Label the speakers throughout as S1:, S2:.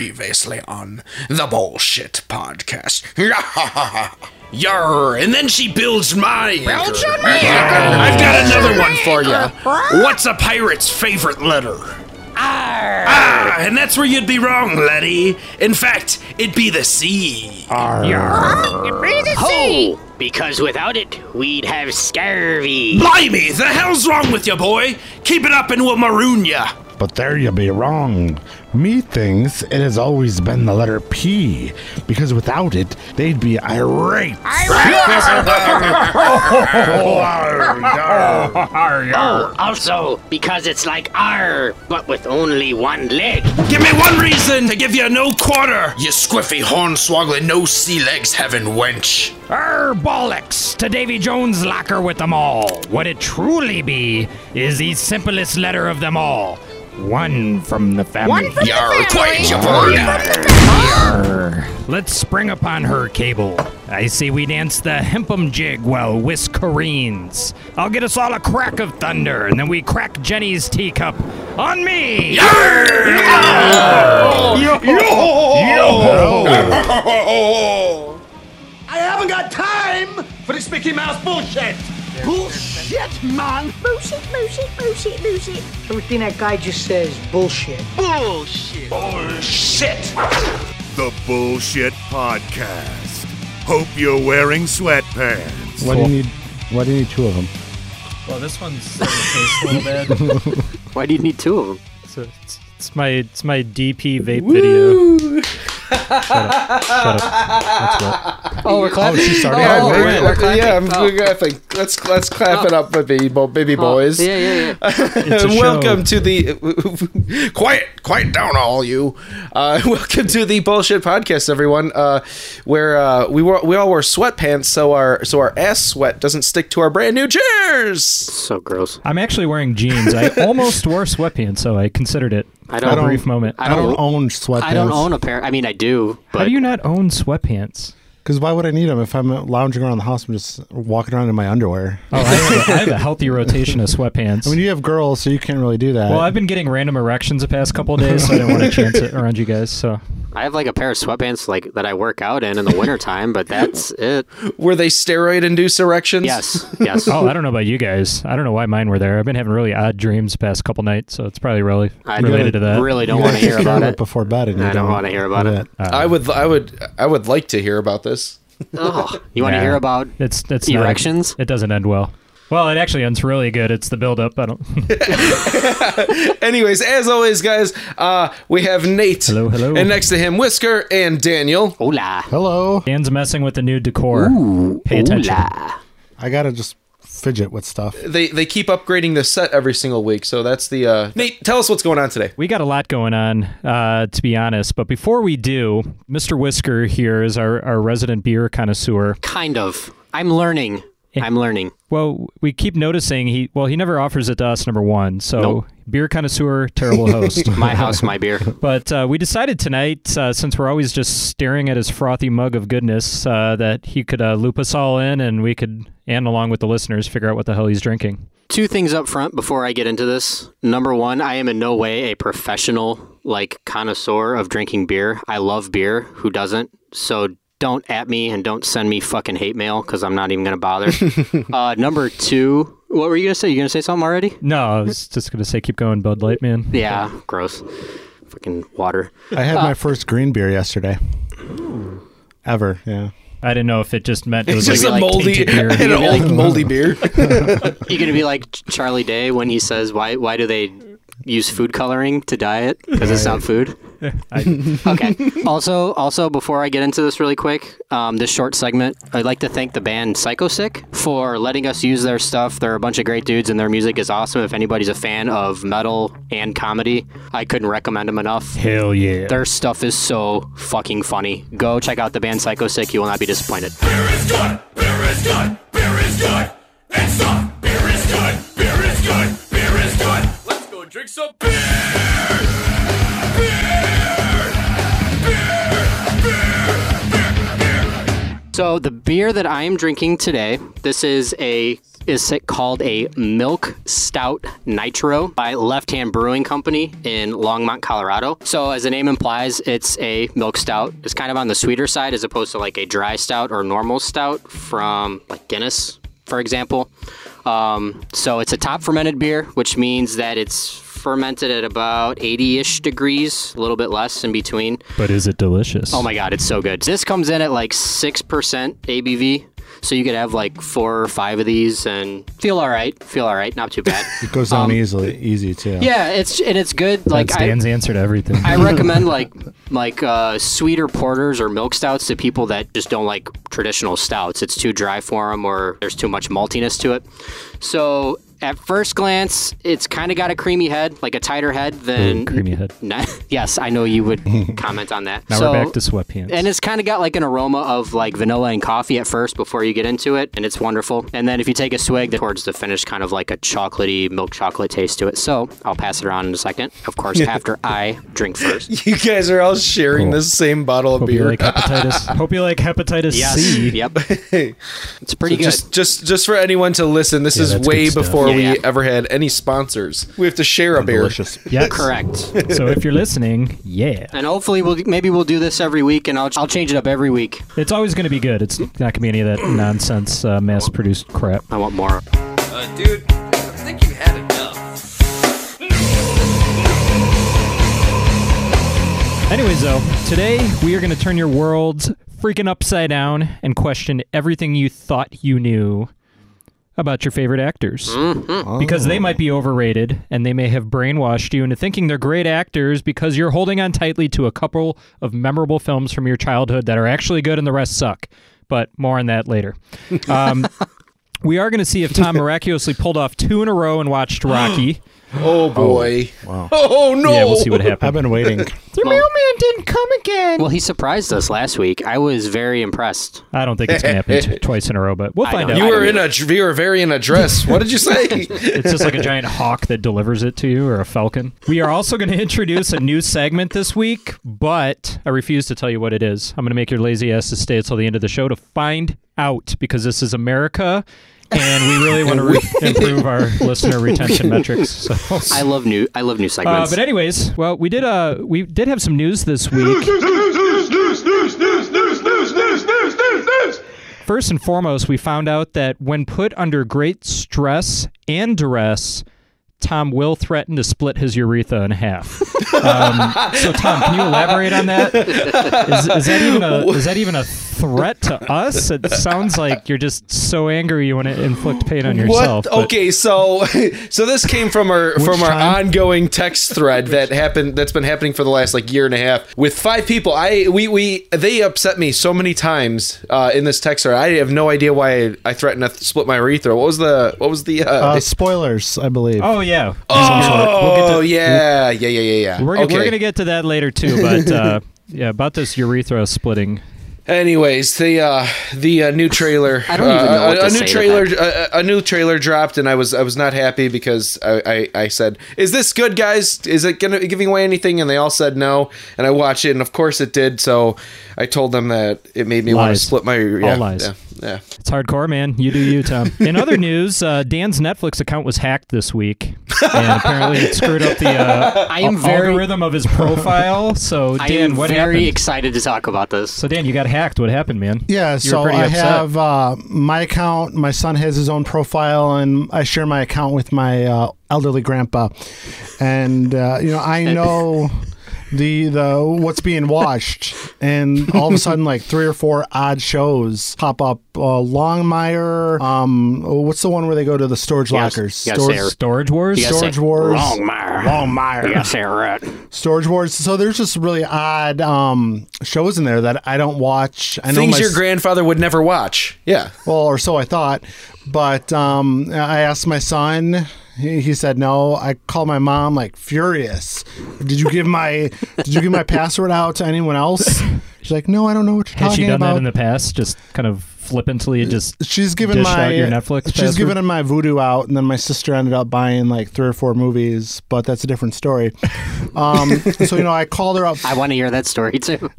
S1: Previously on the Bullshit Podcast.
S2: Yarr, and then she builds my
S1: Builds
S2: anchor.
S1: your my anchor.
S2: I've got
S1: Builds
S2: another
S1: your
S2: one for
S1: anchor.
S2: you. What's a pirate's favorite letter? Ah, and that's where you'd be wrong, laddie. In fact, it'd be the C.
S1: Ah.
S3: Ho! Because without it, we'd have scurvy.
S2: Blimey, the hell's wrong with you, boy? Keep it up and we'll maroon ya.
S4: But there you be wrong. Me thinks it has always been the letter P, because without it, they'd be irate.
S3: Oh, also, because it's like R, but with only one leg.
S2: Give me one reason to give you no quarter.
S1: you squiffy horn swoggling no sea legs having wench.
S5: Er, bollocks! To Davy Jones' locker with them all. What it truly be is the simplest letter of them all. One from the family. One
S1: Yarr, quite your boy.
S5: Let's spring upon her, Cable. I say we dance the hempum jig while whisk careens. I'll get us all a crack of thunder, and then we crack Jenny's teacup on me.
S6: I haven't got time for this Mickey Mouse bullshit. Bullshit, man.
S7: Bullshit, bullshit, bullshit, bullshit. Everything that guy just says, bullshit.
S8: The Bullshit Podcast. Hope you're wearing sweatpants.
S4: Why do you need? Why do you need two of them?
S9: Well, this one's in the case a little bit.
S3: Why do you need two of them?
S9: So it's, it's my it's my DP vape video.
S10: Oh, we're clapping.
S4: she started?
S10: Yeah,
S4: Oh,
S10: we're,
S9: we're-
S10: we're,
S9: we're
S10: clapping. Oh. Yeah, I'm we're clapping. Let's let's clap it up, baby, bo- baby boys.
S3: Yeah, yeah, yeah.
S9: It's a
S10: welcome
S9: show.
S10: to the quiet, quiet down, all you. Uh, welcome to the bullshit podcast, everyone. Uh, where uh, we wore, we all wear sweatpants, so our so our ass sweat doesn't stick to our brand new chairs.
S3: So gross.
S9: I'm actually wearing jeans. I almost wore sweatpants, so I considered it.
S3: I don't-
S9: a brief moment.
S3: I
S4: I don't
S3: don't-
S4: own sweatpants.
S3: I don't own a pair. I mean, I do,
S9: How
S3: but
S9: do you not own sweatpants?
S4: Because why would I need them if I'm lounging around the house? I'm just walking around in my underwear.
S9: Oh, I have, a- I have a healthy rotation of sweatpants.
S4: I mean, you have girls, so you can't really do that.
S9: well, I've been getting random erections the past couple of days, so I didn't want to chance it around you guys. So
S3: I have like a pair of sweatpants like that I work out in in the wintertime, but that's it.
S10: Were they steroid induced erections?
S3: Yes, yes.
S9: Oh, I don't know about you guys. I don't know why mine were there. I've been having really odd dreams the past couple nights, so it's probably really
S3: I
S9: related to that.
S3: really
S4: You
S3: don't want to
S4: gotta
S3: hear
S4: take care
S3: about
S4: of
S3: it.
S4: before bed. And you
S3: I don't want to hear about
S4: do
S3: it.
S4: that.
S10: I would. I would. I would like to hear about this.
S3: Ugh. You want to
S9: Yeah.
S3: hear about
S9: It's it's not-
S3: erections?
S9: it doesn't end well. Well, it actually ends really good. It's the buildup. I don't.
S10: Anyways, as always, guys, uh, we have Nate.
S9: Hello, hello.
S10: And next to him, Whisker and Daniel.
S3: Hola.
S4: Hello.
S9: Dan's messing with the new decor. Pay attention.
S3: Hola.
S4: I gotta just fidget with stuff.
S10: They they keep upgrading the set every single week, so that's the uh, Nate. Tell us what's going on today.
S9: We got a lot going on, uh, to be honest. But before we do, Mr. Whisker here is our, our resident beer connoisseur.
S3: Kind of. I'm learning. I'm learning.
S9: Well, we keep noticing he well he never offers it to us. Number one, so
S3: Nope.
S9: beer connoisseur, terrible host.
S3: My house, my beer.
S9: But uh, we decided tonight, uh, since we're always just staring at his frothy mug of goodness, uh, that he could uh, loop us all in and we could, and along with the listeners, figure out what the hell he's drinking.
S3: two things up front before I get into this. Number one, I am in no way a professional like connoisseur of drinking beer. I love beer. Who doesn't? So don't at me and don't send me fucking hate mail because I'm not even gonna bother. uh, number two, what were you gonna say? You gonna say something already?
S9: No, I was just going to say, keep going, Bud Light, man.
S3: Yeah, gross. Fucking water.
S4: I had my first green beer yesterday. Ever, yeah.
S9: I didn't know if it just meant it was
S10: Just
S9: like
S10: a moldy,
S9: tainted beer.
S10: an
S3: like-
S10: old moldy beer.
S3: You gonna be like Ch- Charlie Day when he says, "Why? Why do they use food coloring to diet? Because it's not food." okay. Also, also before I get into this really quick, um, this short segment, I'd like to thank the band Psycho Sick for letting us use their stuff. They're a bunch of great dudes, and their music is awesome. If anybody's a fan of metal and comedy, I couldn't recommend them enough.
S9: Hell yeah.
S3: Their stuff is so fucking funny. Go check out the band Psycho Sick. You will not be disappointed.
S8: Beer is good. Beer is good. Beer is good. It's the beer is good. Beer is good. Beer is good. Let's go drink some beer.
S3: So the beer that I am drinking today, this is a is called a Milk Stout Nitro by Left Hand Brewing Company in Longmont, Colorado. So, as the name implies, it's a milk stout. It's kind of on the sweeter side as opposed to like a dry stout or normal stout from like Guinness, for example. Um, so, it's a top fermented beer, which means that it's fermented at about 80 ish degrees, a little bit less in between.
S9: But is it delicious?
S3: Oh my god, it's so good. This comes in at like 6% ABV. So you could have like four or five of these and feel all right. Feel all right, not too bad.
S4: It goes down easily, easy too.
S3: yeah, it's and it's good. Like
S9: That's Dan's answer to everything.
S3: I, I recommend like like uh, sweeter porters or milk stouts to people that just don't like traditional stouts. It's too dry for them, or there's too much maltiness to it. So at first glance, it's kind of got a creamy head, like a tighter head than
S9: Ooh, creamy head.
S3: yes, I know you would comment on that.
S9: Now
S3: so,
S9: we're back to sweatpants.
S3: and it's kind of got like an aroma of like vanilla and coffee at first before you get into it, and it's wonderful. And then if you take a swig, towards the finish, kind of like a chocolatey milk chocolate taste to it. So I'll pass it around in a second. Of course, after I drink first.
S10: You guys are all sharing the same bottle of
S9: Hope you
S10: beer.
S9: like hepatitis. Hope you like hepatitis
S3: Yes.
S9: C.
S3: Yep. It's pretty good.
S10: Just, just, just for anyone to listen, this
S9: Yeah,
S10: is
S9: that's
S10: way
S9: good stuff.
S10: before
S3: Yeah,
S10: we
S3: yeah.
S10: ever had any sponsors. We have to share a beer.
S4: Delicious.
S9: Yes.
S3: Correct.
S9: So if you're listening, yeah,
S3: And hopefully, we'll maybe we'll do this every week, and I'll I'll change it up every week.
S9: it's always going to be good. It's not going to be any of that nonsense, uh, mass-produced crap.
S3: I want more.
S8: Uh, dude, I think you had enough.
S9: Anyways, though, today we are going to turn your worlds freaking upside down and question everything you thought you knew about your favorite actors. Because they might be overrated and they may have brainwashed you into thinking they're great actors because you're holding on tightly to a couple of memorable films from your childhood that are actually good and the rest suck. But more on that later. Um, we are going to see if Tom miraculously pulled off two in a row and watched Rocky.
S10: Oh boy!
S4: wow.
S10: Oh no!
S9: Yeah, we'll see what happens.
S4: I've been waiting.
S9: The mailman didn't come again.
S3: Well, he surprised us last week. I was very impressed.
S9: I don't think it's going to happen t- twice in a row, but we'll
S3: I
S9: find
S3: don't-
S9: out.
S10: You
S3: I
S10: were
S3: don't
S10: in a you were very in a dress. What did you say?
S9: It's just like a giant hawk that delivers it to you or a falcon. We are also going to introduce a new segment this week, but I refuse to tell you what it is. I'm going to make your lazy asses stay until the end of the show to find out because this is America and we really want to re- improve our listener retention metrics. So
S3: I love new. I love new
S9: uh,
S3: segments.
S9: but anyways, well, we did uh we did have some news this week. First and foremost, we found out that when put under great stress and duress, Tom will threaten to split his urethra in half. Um, so, Tom, can you elaborate on that? Is, is that even a is that even a threat to us? It sounds like you're just so angry you want to inflict pain on yourself. but-
S10: Okay, so so this came from our from our
S9: time?
S10: ongoing text thread that happened that's been happening for the last like year and a half with five people. I we we they upset me so many times uh, in this text thread. I have no idea why I, I threatened to th- split my urethra. What was the what was the uh,
S4: Uh,
S10: it's-
S4: spoilers, I believe.
S9: Oh yeah.
S10: oh yeah yeah yeah yeah yeah.
S9: We're,
S10: okay.
S9: we're gonna get to that later too, but uh, yeah, about this urethra splitting.
S10: Anyways, the uh, the uh, new trailer.
S3: I don't even know
S10: uh,
S3: what
S10: a,
S3: to
S10: a new
S3: say to
S10: trailer. A, a new trailer dropped, and I was I was not happy because I, I, I said, "Is this good, guys? Is it gonna giving away anything?" And they all said no. And I watched it, and of course it did. So I told them that it made me want to
S9: Lies.
S10: split my yeah,
S9: All lies.
S10: Yeah, yeah.
S9: It's hardcore, man. You do you, Tom. In other news, uh, Dan's Netflix account was hacked this week, and apparently it screwed up the uh,
S3: I am
S9: al-
S3: very.
S9: algorithm of his profile. So,
S3: I
S9: Dan,
S3: am
S9: what
S3: very
S9: happened?
S3: excited to talk about this.
S9: so, Dan, you got hacked. What happened, man?
S4: Yeah,
S9: You were
S4: so
S9: pretty
S4: I
S9: upset.
S4: have uh, my account. My son has his own profile, and I share my account with my uh, elderly grandpa. And uh, you know, I know the the what's being watched, and all of a sudden, like three or four odd shows pop up. Uh, Longmire. Um, what's the one where they go to the storage
S3: Yes,
S4: lockers?
S3: yes,
S4: storage,
S3: sir.
S9: Storage Wars.
S3: Yes,
S4: storage
S3: sir.
S4: wars.
S3: Longmire.
S4: Longmire.
S3: Yes, you're right.
S4: Storage wars. So there's just really odd um, shows in there that I don't watch. I know
S10: Things
S4: my
S10: your
S4: s-
S10: grandfather would never watch. Yeah.
S4: well, or so I thought. But um, I asked my son. He, he said no. I called my mom like furious. Did you give my Did you give my password out to anyone else? She's like, no, I don't know what you're
S9: Has
S4: talking
S9: she done
S4: about. Uh,
S9: that in the past? Just kind of flippantly, just
S4: she's given
S9: dished
S4: my
S9: out your Netflix.
S4: She's
S9: password?
S4: given my voodoo out, and then my sister ended up buying like three or four movies, but that's a different story. Um, so you know, I called her up.
S3: I want to hear that story too.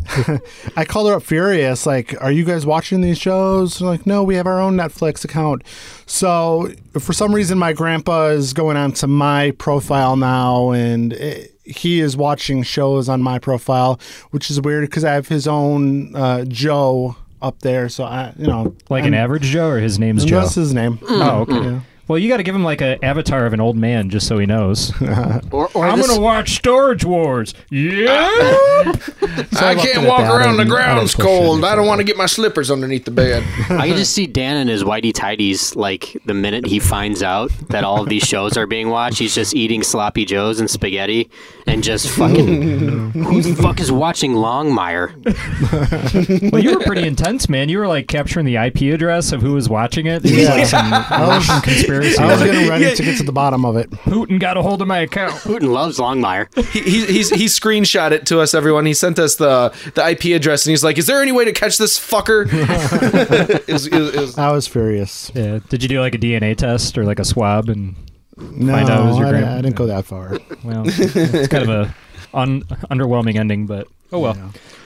S4: I called her up furious, like, "Are you guys watching these shows?" They're like, no, we have our own Netflix account. So for some reason, my grandpa is going on to my profile now, and it, he is watching shows on my profile, which is weird because I have his own uh, Joe up there. So I, you know,
S9: like an
S4: I'm-
S9: average Joe, or his name's Joe.
S4: That's his name.
S3: Mm.
S9: Oh, okay.
S4: Yeah.
S9: Well, you got to give him like an avatar of an old man, just so he knows.
S3: Or, or
S9: I'm
S3: this-
S9: gonna watch Storage Wars. Yeah.
S10: I
S4: looked
S10: can't
S4: at
S10: walk
S4: that
S10: around.
S4: and
S10: The
S4: I don't
S10: ground's
S4: push
S10: cold.
S4: anything.
S10: I don't want to get my slippers underneath the bed.
S3: I can just see Dan and his whitey tidies. Like the minute he finds out that all of these shows are being watched, he's just eating sloppy joes and spaghetti and just fucking. who the fuck is watching Longmire?
S9: well, you were pretty intense, man. You were like capturing the IP address of who was watching it. It was like some Russian conspiracy.
S4: I was getting ready to get to the bottom of it.
S9: Putin got a hold of my account.
S3: Putin loves Longmire.
S10: he, he, he's, he screenshot it to us, everyone. He sent us the, the IP address, and he's like, "Is there any way to catch this fucker?" it was, it was, it was-
S4: I was furious.
S9: Yeah. Did you do like a DNA test or like a swab? And
S4: No,
S9: Find out it was your
S4: I,
S9: grandpa.
S4: I didn't go that far.
S9: well, it's kind of a un- underwhelming ending, but oh well.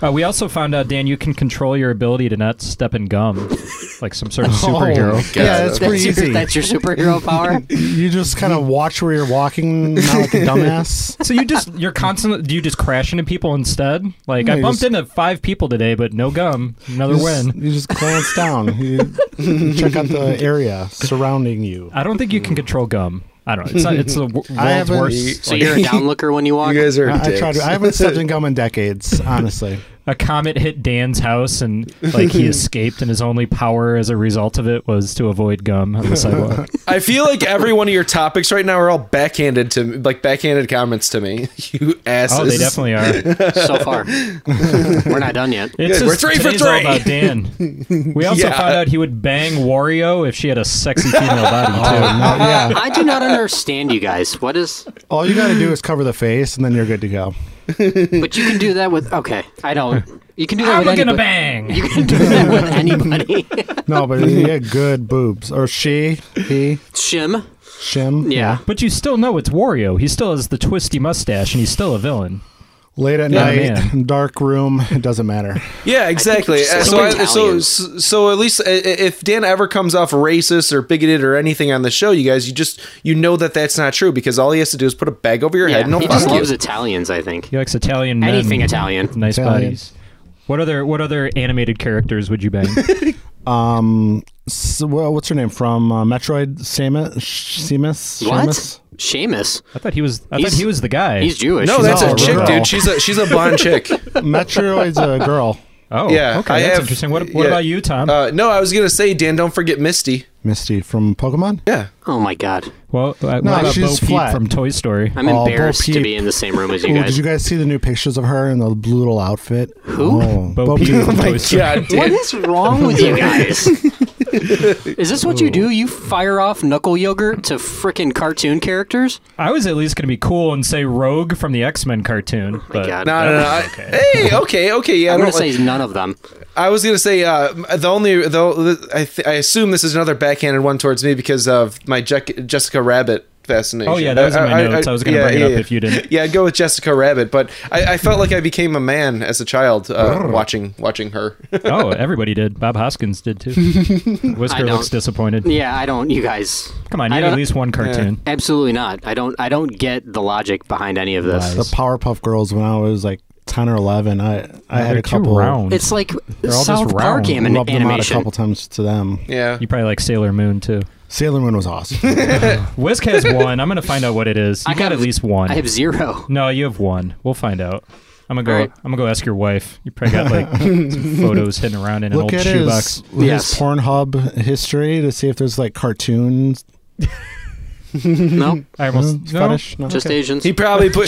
S9: Uh, we also found out, Dan, you can control your ability to not step in gum, like some sort of superhero.
S4: Oh, yeah, that's pretty
S3: That's your,
S4: easy.
S3: that's your superhero power.
S4: You just kind of watch where you're walking, not like a dumbass.
S9: So you just you're constantly do you just crash into people instead? Like
S4: No,
S9: I
S4: you
S9: bumped
S4: just-
S9: into five people today, but no gum. Another
S4: You just,
S9: win.
S4: you just glance down. You check out the area surrounding you.
S9: I don't think you can control gum. I don't know. It's not, it's the w-
S4: I
S9: world's
S4: haven't-
S9: worst.
S3: So you're a downlooker when you walk.
S10: you guys are
S4: I, I
S10: dicks.
S4: tried. To, I haven't stepped in gum in decades, honestly.
S9: A comet hit Dan's house, and like he escaped, and his only power as a result of it was to avoid gum on the sidewalk.
S10: I feel like every one of your topics right now are all backhanded to me, like backhanded comments to me. You asses.
S9: oh, they definitely are.
S3: so far. We're not done yet.
S9: It's
S10: We're three for
S9: today's all
S10: three.
S9: about Dan. We also
S10: Yeah.
S9: found out he would bang Wario if she had a sexy female body
S3: Oh,
S9: too.
S3: I do not understand you guys. What is?
S4: All you got to do is cover the face, and then you're good to go.
S3: But you can do that with. Okay, I don't. You can do that
S9: I'm
S3: with
S9: gonna
S3: anybody.
S9: bang.
S3: You can do that with anybody.
S4: No, but you get good boobs, or she, he,
S3: Shim.
S4: shim.
S3: Yeah.
S9: But you still know it's Wario. He still has the twisty mustache, and he's still a villain.
S4: Late at
S9: Yeah,
S4: night,
S9: man.
S4: dark room. It doesn't matter.
S10: Yeah, exactly.
S3: he's
S10: Uh,
S3: so
S10: So, I, so,
S3: Italian.
S10: so, so at least uh, if Dan ever comes off racist or bigoted or anything on the show, you guys, you just you know that that's not true because all he has to do is put a bag over your head and he'll
S3: he just
S10: fuck you.
S3: loves Italians, I think.
S9: He likes Italian men.
S3: Anything Italian.
S9: with Nice
S4: Italian.
S9: bodies. What other what other animated characters would you bang?
S4: Um, so, well, what's her name from uh, Metroid? Samus. Samus.
S3: What?
S4: Seamus?
S3: Seamus.
S9: I thought he was. I
S3: He's-
S9: thought he was the guy.
S3: He's Jewish.
S10: No,
S3: He's
S10: that's
S4: not
S10: a
S4: a
S10: chick,
S4: girl.
S10: dude. She's a she's a blonde chick.
S4: Metroid's a girl.
S9: oh,
S10: Yeah,
S9: Okay,
S10: I
S9: that's
S10: have-
S9: interesting. What, what
S10: yeah.
S9: about you, Tom?
S10: Uh, no, I was gonna say, Dan, don't forget Misty.
S4: Misty from Pokemon.
S10: Yeah,
S3: oh my god.
S9: well, uh,
S4: no,
S9: what about Bo
S4: she's
S9: Peep
S4: flat.
S9: from Toy Story?
S3: I'm
S4: Oh, Bo
S3: embarrassed to
S4: Peep.
S3: be in the same room as you
S4: Ooh,
S3: guys.
S4: did you guys see the new pictures of her in the blue little outfit?
S3: Who?
S4: Oh,
S9: Bo,
S4: Bo
S9: Peep.
S4: Peep.
S9: from Toy Story.
S10: God,
S3: what
S10: Dan.
S3: is wrong with you guys? is this what you do? You fire off knuckle yogurt to frickin' cartoon characters?
S9: I was at least going to be cool and say Rogue from the X Men cartoon. but
S3: Oh God.
S9: that
S10: No, no, no.
S9: was-
S10: I- Hey, okay, okay. Yeah, I
S3: I'm gonna
S10: don't like-
S3: say none of them.
S10: I was gonna say uh, the only though I, th- I assume this is another backhanded one towards me because of my Je- Jessica Rabbit fascination.
S9: Oh yeah, that was in my notes. I, was going to
S10: yeah,
S9: bring
S10: yeah,
S9: it up
S10: yeah.
S9: if you didn't.
S10: Yeah, I'd go with Jessica Rabbit, but I, I felt like I became a man as a child uh, watching watching her.
S9: Oh, everybody did. Bob Hoskins did too.
S3: I
S9: Whisker
S3: don't.
S9: looks disappointed.
S3: Yeah, I don't. You guys.
S9: Come on, you
S3: I
S9: had at
S3: don't-
S9: least one cartoon.
S3: Absolutely not. I don't. I don't get the logic behind any of this.
S4: the Powerpuff Girls when I was like ten or eleven. I I had
S9: They're
S4: a
S9: too
S4: couple.
S9: round.
S3: It's like
S9: all just
S3: South Park
S9: round.
S3: anim-
S4: Rubbed them out a
S3: animation.
S4: couple times to them.
S10: Yeah,
S9: you probably like Sailor Moon too.
S4: Sailor Moon was awesome.
S9: Whisk has one. I'm gonna find out what it is. You
S3: I
S9: got
S3: have-
S9: at least one.
S3: I have zero.
S9: no, you have one. We'll find out. I'm gonna go.
S3: All right.
S9: I'm gonna go ask your wife. You probably got like some photos hidden around in an
S4: Look
S9: old
S4: at
S9: shoebox.
S4: his, look at his
S3: Yes.
S4: Pornhub history to see if there's like cartoons
S3: No,
S9: I almost Mm, no,
S4: fetish. No?
S3: just Asians.
S10: he probably put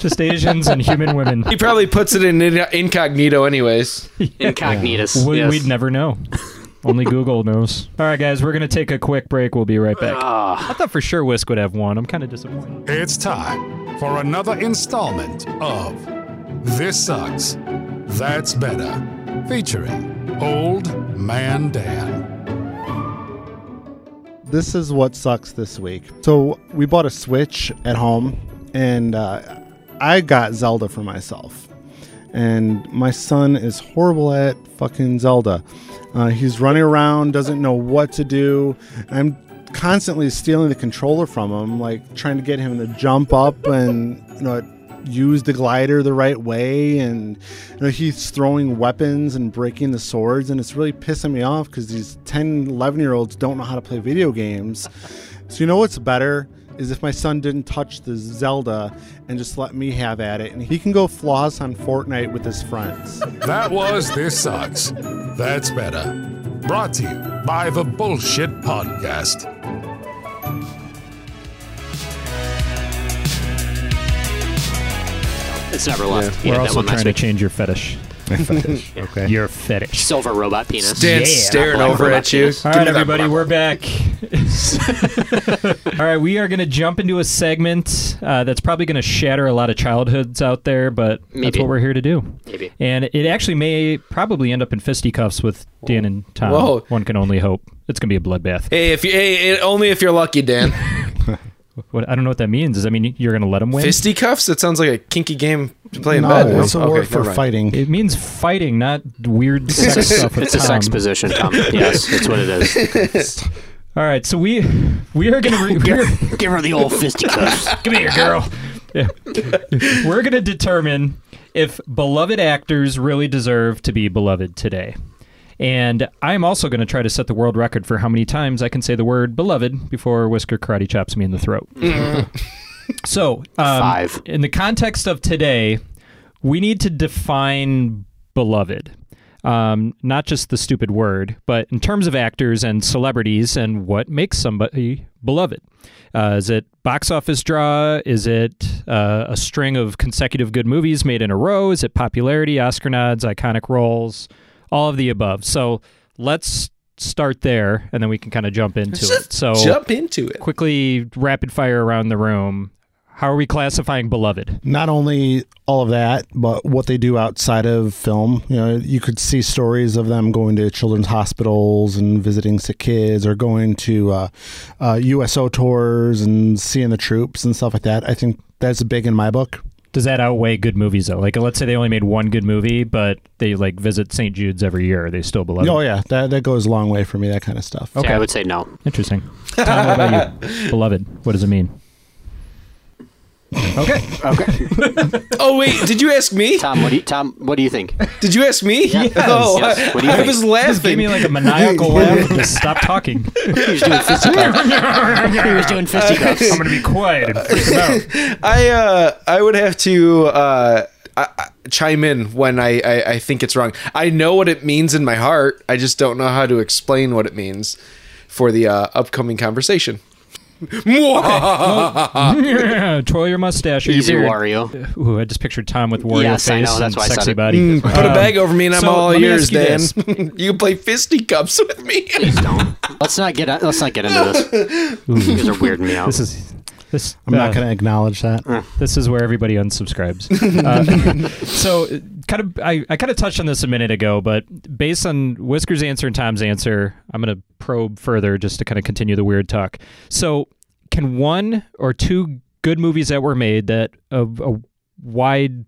S9: just Asians and human women.
S10: he probably puts it in in- incognito, anyways.
S3: Incognitus.
S9: We,
S3: yes.
S9: We'd never know. Only Google knows. All right, guys, we're gonna take a quick break. We'll be right back.
S3: Ah.
S9: I thought for sure Whisk would have one. I'm kind of disappointed.
S11: It's time for another installment of This Sucks. That's Better, featuring Old Man Dan.
S4: This is what sucks this week. So we bought a Switch at home, and uh, I got Zelda for myself. And my son is horrible at fucking Zelda. Uh, he's running around, doesn't know what to do. I'm constantly stealing the controller from him, like trying to get him to jump up and you know use the glider the right way and you know, he's throwing weapons and breaking the swords and it's really pissing me off because these 10 11 year olds don't know how to play video games so you know what's better is if my son didn't touch the zelda and just let me have at it and he can go floss on fortnite with his friends
S11: That was This Sucks. That's Better. Brought to you by the Bullshit Podcast.
S3: It's never left.
S9: We're
S3: Yeah, that
S9: also
S3: one last
S9: trying to
S3: week.
S9: change your fetish.
S4: My fetish.
S9: Okay. Your fetish.
S3: Silver robot penis.
S9: Stan's staring
S3: black
S9: over
S3: robot
S9: at you.
S3: penis.
S9: All right, everybody, we're back. All right, we are going to jump into a segment uh, that's probably going to shatter a lot of childhoods out there, but that's
S3: Maybe.
S9: what we're here to do.
S3: Maybe.
S9: And it actually may probably end up in fisticuffs with Dan and Tom.
S10: Whoa.
S9: One can only hope. It's going to be a bloodbath.
S10: Hey, if you, hey, eh, only if you're lucky, Dan.
S9: What I don't know what that means. Does that mean you're going to let them win?
S10: Fisticuffs? That sounds like a kinky game to play in
S9: No,
S10: bed.
S9: it's a word for
S10: never mind.
S4: fighting.
S9: It means fighting, not weird sex stuff. with
S3: It's a sex
S9: Tom.
S3: position, Tom. Yes, that's what it is.
S9: All right, so we we are going to re- we're-
S3: Give her the old fisticuffs.
S9: Come here, girl. Yeah. We're going to determine if beloved actors really deserve to be beloved today. And I'm also going to try to set the world record for how many times I can say the word beloved before Whisker karate chops me in the throat. So, um,
S3: Five.
S9: In the context of today, we need to define beloved. Um, not just the stupid word, but in terms of actors and celebrities and what makes somebody beloved. Uh, is it box office draw? Is it uh, a string of consecutive good movies made in a row? Is it popularity, Oscar nods, iconic roles, all of the above? So let's start there and then we can kind of jump into it. So
S10: jump into it.
S9: Quickly rapid fire around the room. How are we classifying beloved?
S4: not only all of that, but what they do outside of film. You know, you could see stories of them going to children's hospitals and visiting sick kids, or going to uh, uh, USO tours and seeing the troops and stuff like that. I think that's big in my book.
S9: Does that outweigh good movies though? Like let's say they only made one good movie, but they like visit St. Jude's every year. Are they still beloved?
S4: Oh yeah, that that goes a long way for me. That kind of stuff.
S9: Okay. Yeah, I would
S3: say no.
S9: Interesting. Tom, what about you? Beloved. What does it mean? Okay.
S3: okay.
S10: oh wait, did you ask me?
S3: Tom, what do you Tom, what do you think?
S10: Did you ask me? Oh,
S3: Yes. What do you
S10: I,
S3: think?
S10: was laughing.
S9: Just gave me like a maniacal laugh. and Just stop talking.
S3: He was doing fisticuffs. He was doing fisticuffs.
S9: I'm gonna be quiet and freak him out.
S10: I uh, I would have to uh, I, I- chime in when I, I I think it's wrong. I know what it means in my heart. I just don't know how to explain what it means for the uh, upcoming conversation.
S9: Yeah, twirl your mustache.
S10: Easy,
S9: Your-
S10: Wario.
S9: Ooh, I just pictured Tom with Wario
S10: Yes, I
S9: face
S10: know, that's
S9: and
S10: why I said
S9: sexy
S10: it.
S9: body.
S10: Mm, put a
S9: Um,
S10: bag over me and I'm
S9: so
S10: all
S9: let me ask you
S10: yours, Dan.
S9: this.
S10: you can play fisticuffs with me. Please
S3: don't. Let's not get let's not get into this. You guys are weirding me out.
S9: This is this.
S4: I'm
S9: uh,
S4: not going to acknowledge that.
S9: This is where everybody unsubscribes. Uh, so, kind of, I, I kind of touched on this a minute ago, but based on Whisker's answer and Tom's answer, I'm going to probe further just to kind of continue the weird talk. So, can one or two good movies that were made that a, a wide,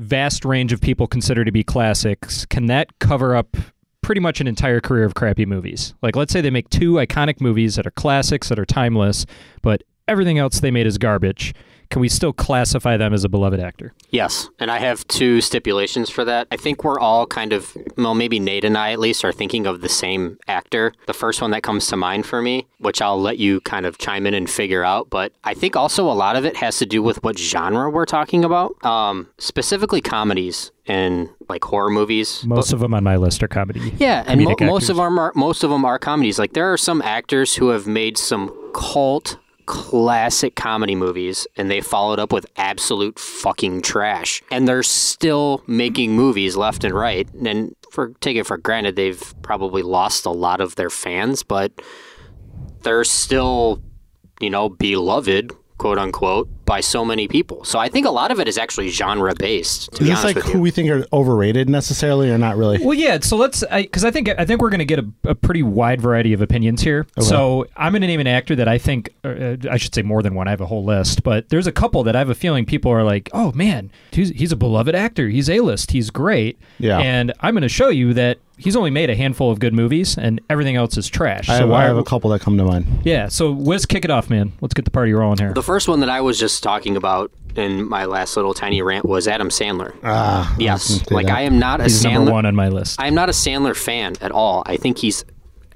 S9: vast range of people consider to be classics, can that cover up? Pretty much an entire career of crappy movies. Like, let's say they make two iconic movies that are classics, that are timeless, but everything else they made is garbage, can we still classify them as a beloved actor?
S3: Yes, and I have two stipulations for that. I think we're all kind of, well, maybe Nate and I at least are thinking of the same actor. The first one that comes to mind for me, which I'll let you kind of chime in and figure out, but I think also a lot of it has to do with what genre we're talking about, um, specifically comedies and like horror movies.
S9: Most of them on my list are comedy.
S3: Yeah, and mo-
S9: comedic
S3: most
S9: actors.
S3: of them are most of them are comedies. Like there are some actors who have made some cult classic comedy movies and they followed up with absolute fucking trash and they're still making movies left and right and for take it for granted they've probably lost a lot of their fans but they're still you know beloved quote unquote by so many people. So I think a lot of it is actually genre based. To
S4: Is
S3: be
S4: this
S3: honest
S4: like
S3: with
S4: who we think are overrated necessarily or not really?
S9: Well, yeah. So let's because I, think I think we're going to get a, a pretty wide variety of opinions here.
S4: Okay.
S9: So I'm going to name an actor that I think uh, uh, I should say more than one. I have a whole list, but there's a couple that I have a feeling people are like, "Oh man, he's, he's a beloved actor. He's A-list. He's great."
S4: Yeah.
S9: And I'm going to show you that he's only made a handful of good movies, and everything else is trash.
S4: I,
S9: so
S4: have,
S9: why
S4: I
S9: are
S4: have a couple that come to mind.
S9: Yeah, so Wiz, kick it off, man. Let's get the party rolling here.
S3: you. The first one that I was just talking about in my last little tiny rant was Adam Sandler.
S9: Ah,
S3: yes. Like I am not a
S9: He's
S3: Sandler.
S9: number one on my list.
S3: I'm not a Sandler fan at all. I think he's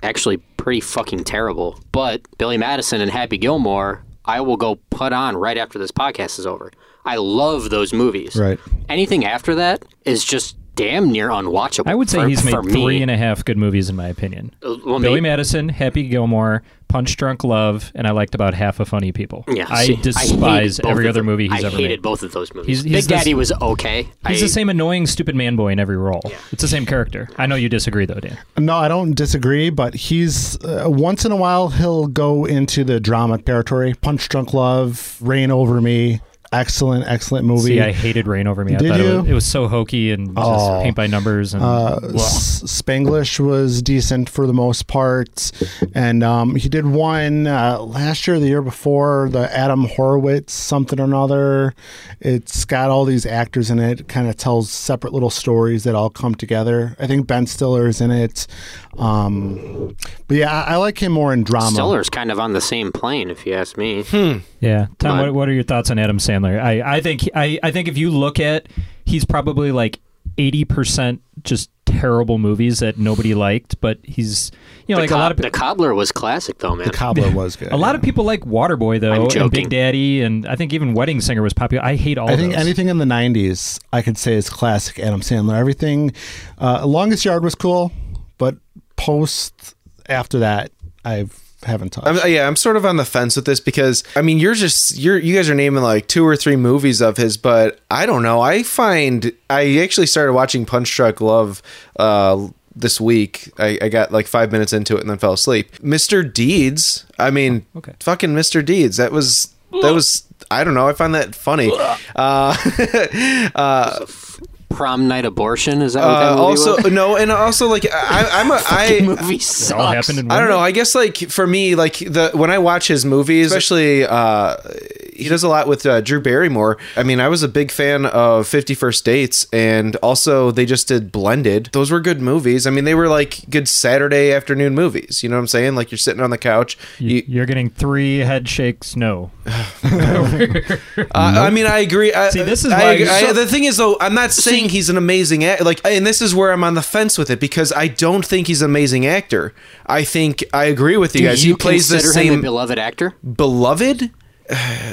S3: actually pretty fucking terrible. But Billy Madison and Happy Gilmore, I will go put on right after this podcast is over. I love those movies.
S4: Right.
S3: Anything after that is just damn near unwatchable.
S9: I would say
S3: for-
S9: he's made
S3: for me.
S9: three and a half good movies, in my opinion.
S3: Uh, well,
S9: Billy
S3: maybe-
S9: Madison, Happy Gilmore, Punch Drunk Love, and I liked about half of Funny People.
S3: Yeah, see,
S9: I
S3: hated
S9: despise
S3: both
S9: every
S3: of
S9: other
S3: them.
S9: movie he's
S3: I
S9: ever
S3: hated
S9: made.
S3: both of those movies.
S9: He's- he's
S3: Big Daddy
S9: this-
S3: was okay. I,
S9: He's the same annoying, stupid man boy in every role. It's the same character. I know you disagree, though, Dan.
S4: No, I don't disagree, but he's uh, once in a while he'll go into the drama territory. Punch Drunk Love, Rain Over Me, excellent, excellent movie.
S9: See, I hated Rain Over Me. I
S4: Did
S9: thought It,
S4: you?
S9: was, it was so hokey and just
S4: Oh.
S9: paint by numbers. And
S4: Uh, S- Spanglish was decent for the most part, and um, he did one uh, last year, or the year before, the Adam Horowitz something or another. It's got all these actors in it. Kind of tells separate little stories that all come together. I think Ben Stiller is in it, um, but yeah, I, I like him more in drama.
S3: Stiller's kind of on the same plane, if you ask me.
S9: Yeah, Tom.
S3: Come on.
S9: What, what are your thoughts on Adam Sandler? I, I think I, I think if you look at, he's probably like eighty percent just terrible movies that nobody liked, but he's you know
S3: the
S9: like
S3: Cob-
S9: a lot of
S3: the cobbler was classic though, man. The
S4: cobbler was good.
S9: a lot of people like Waterboy though,
S3: I'm
S9: and
S3: joking.
S9: Big Daddy, and I think even Wedding Singer was popular. I hate all.
S4: I think
S9: those.
S4: anything in the '90s I could say is classic Adam Sandler. Everything, uh, Longest Yard was cool, but post after that, I haven't touched.
S10: I'm, uh, yeah, I'm sort of on the fence with this because I mean, you're just you're you guys are naming like two or three movies of his, but I don't know. I find I actually started watching Punch Truck Love uh, this week. I, I got like five minutes into it and then fell asleep. Mr. Deeds. I mean, fucking Mr. Deeds. That was that was. I don't know. I find that funny. Uh, uh,
S3: Prom night abortion is that what that
S10: uh,
S3: movie
S10: also
S3: was?
S10: no, and also like I, I'm a I
S3: movie sucks. all happened in
S10: I don't know. I guess like for me, like the when I watch his movies, especially uh, he does a lot with uh, Drew Barrymore. I mean, I was a big fan of Fifty First Dates, and also they just did Blended. Those were good movies. I mean, they were like good Saturday afternoon movies. You know what I'm saying? Like you're sitting on the couch. You,
S9: You're getting three head shakes. No.
S10: Uh, I mean, I agree. I,
S9: See, this is
S10: I
S9: why
S10: agree. I-
S9: so-
S10: the thing is, though, I'm not saying he's an amazing actor. Like, and this is where I'm on the fence with it because I don't think he's an amazing actor. I think I agree with you
S3: Do
S10: guys.
S3: you
S10: he plays the
S3: consider him a
S10: same
S3: beloved actor?
S10: beloved.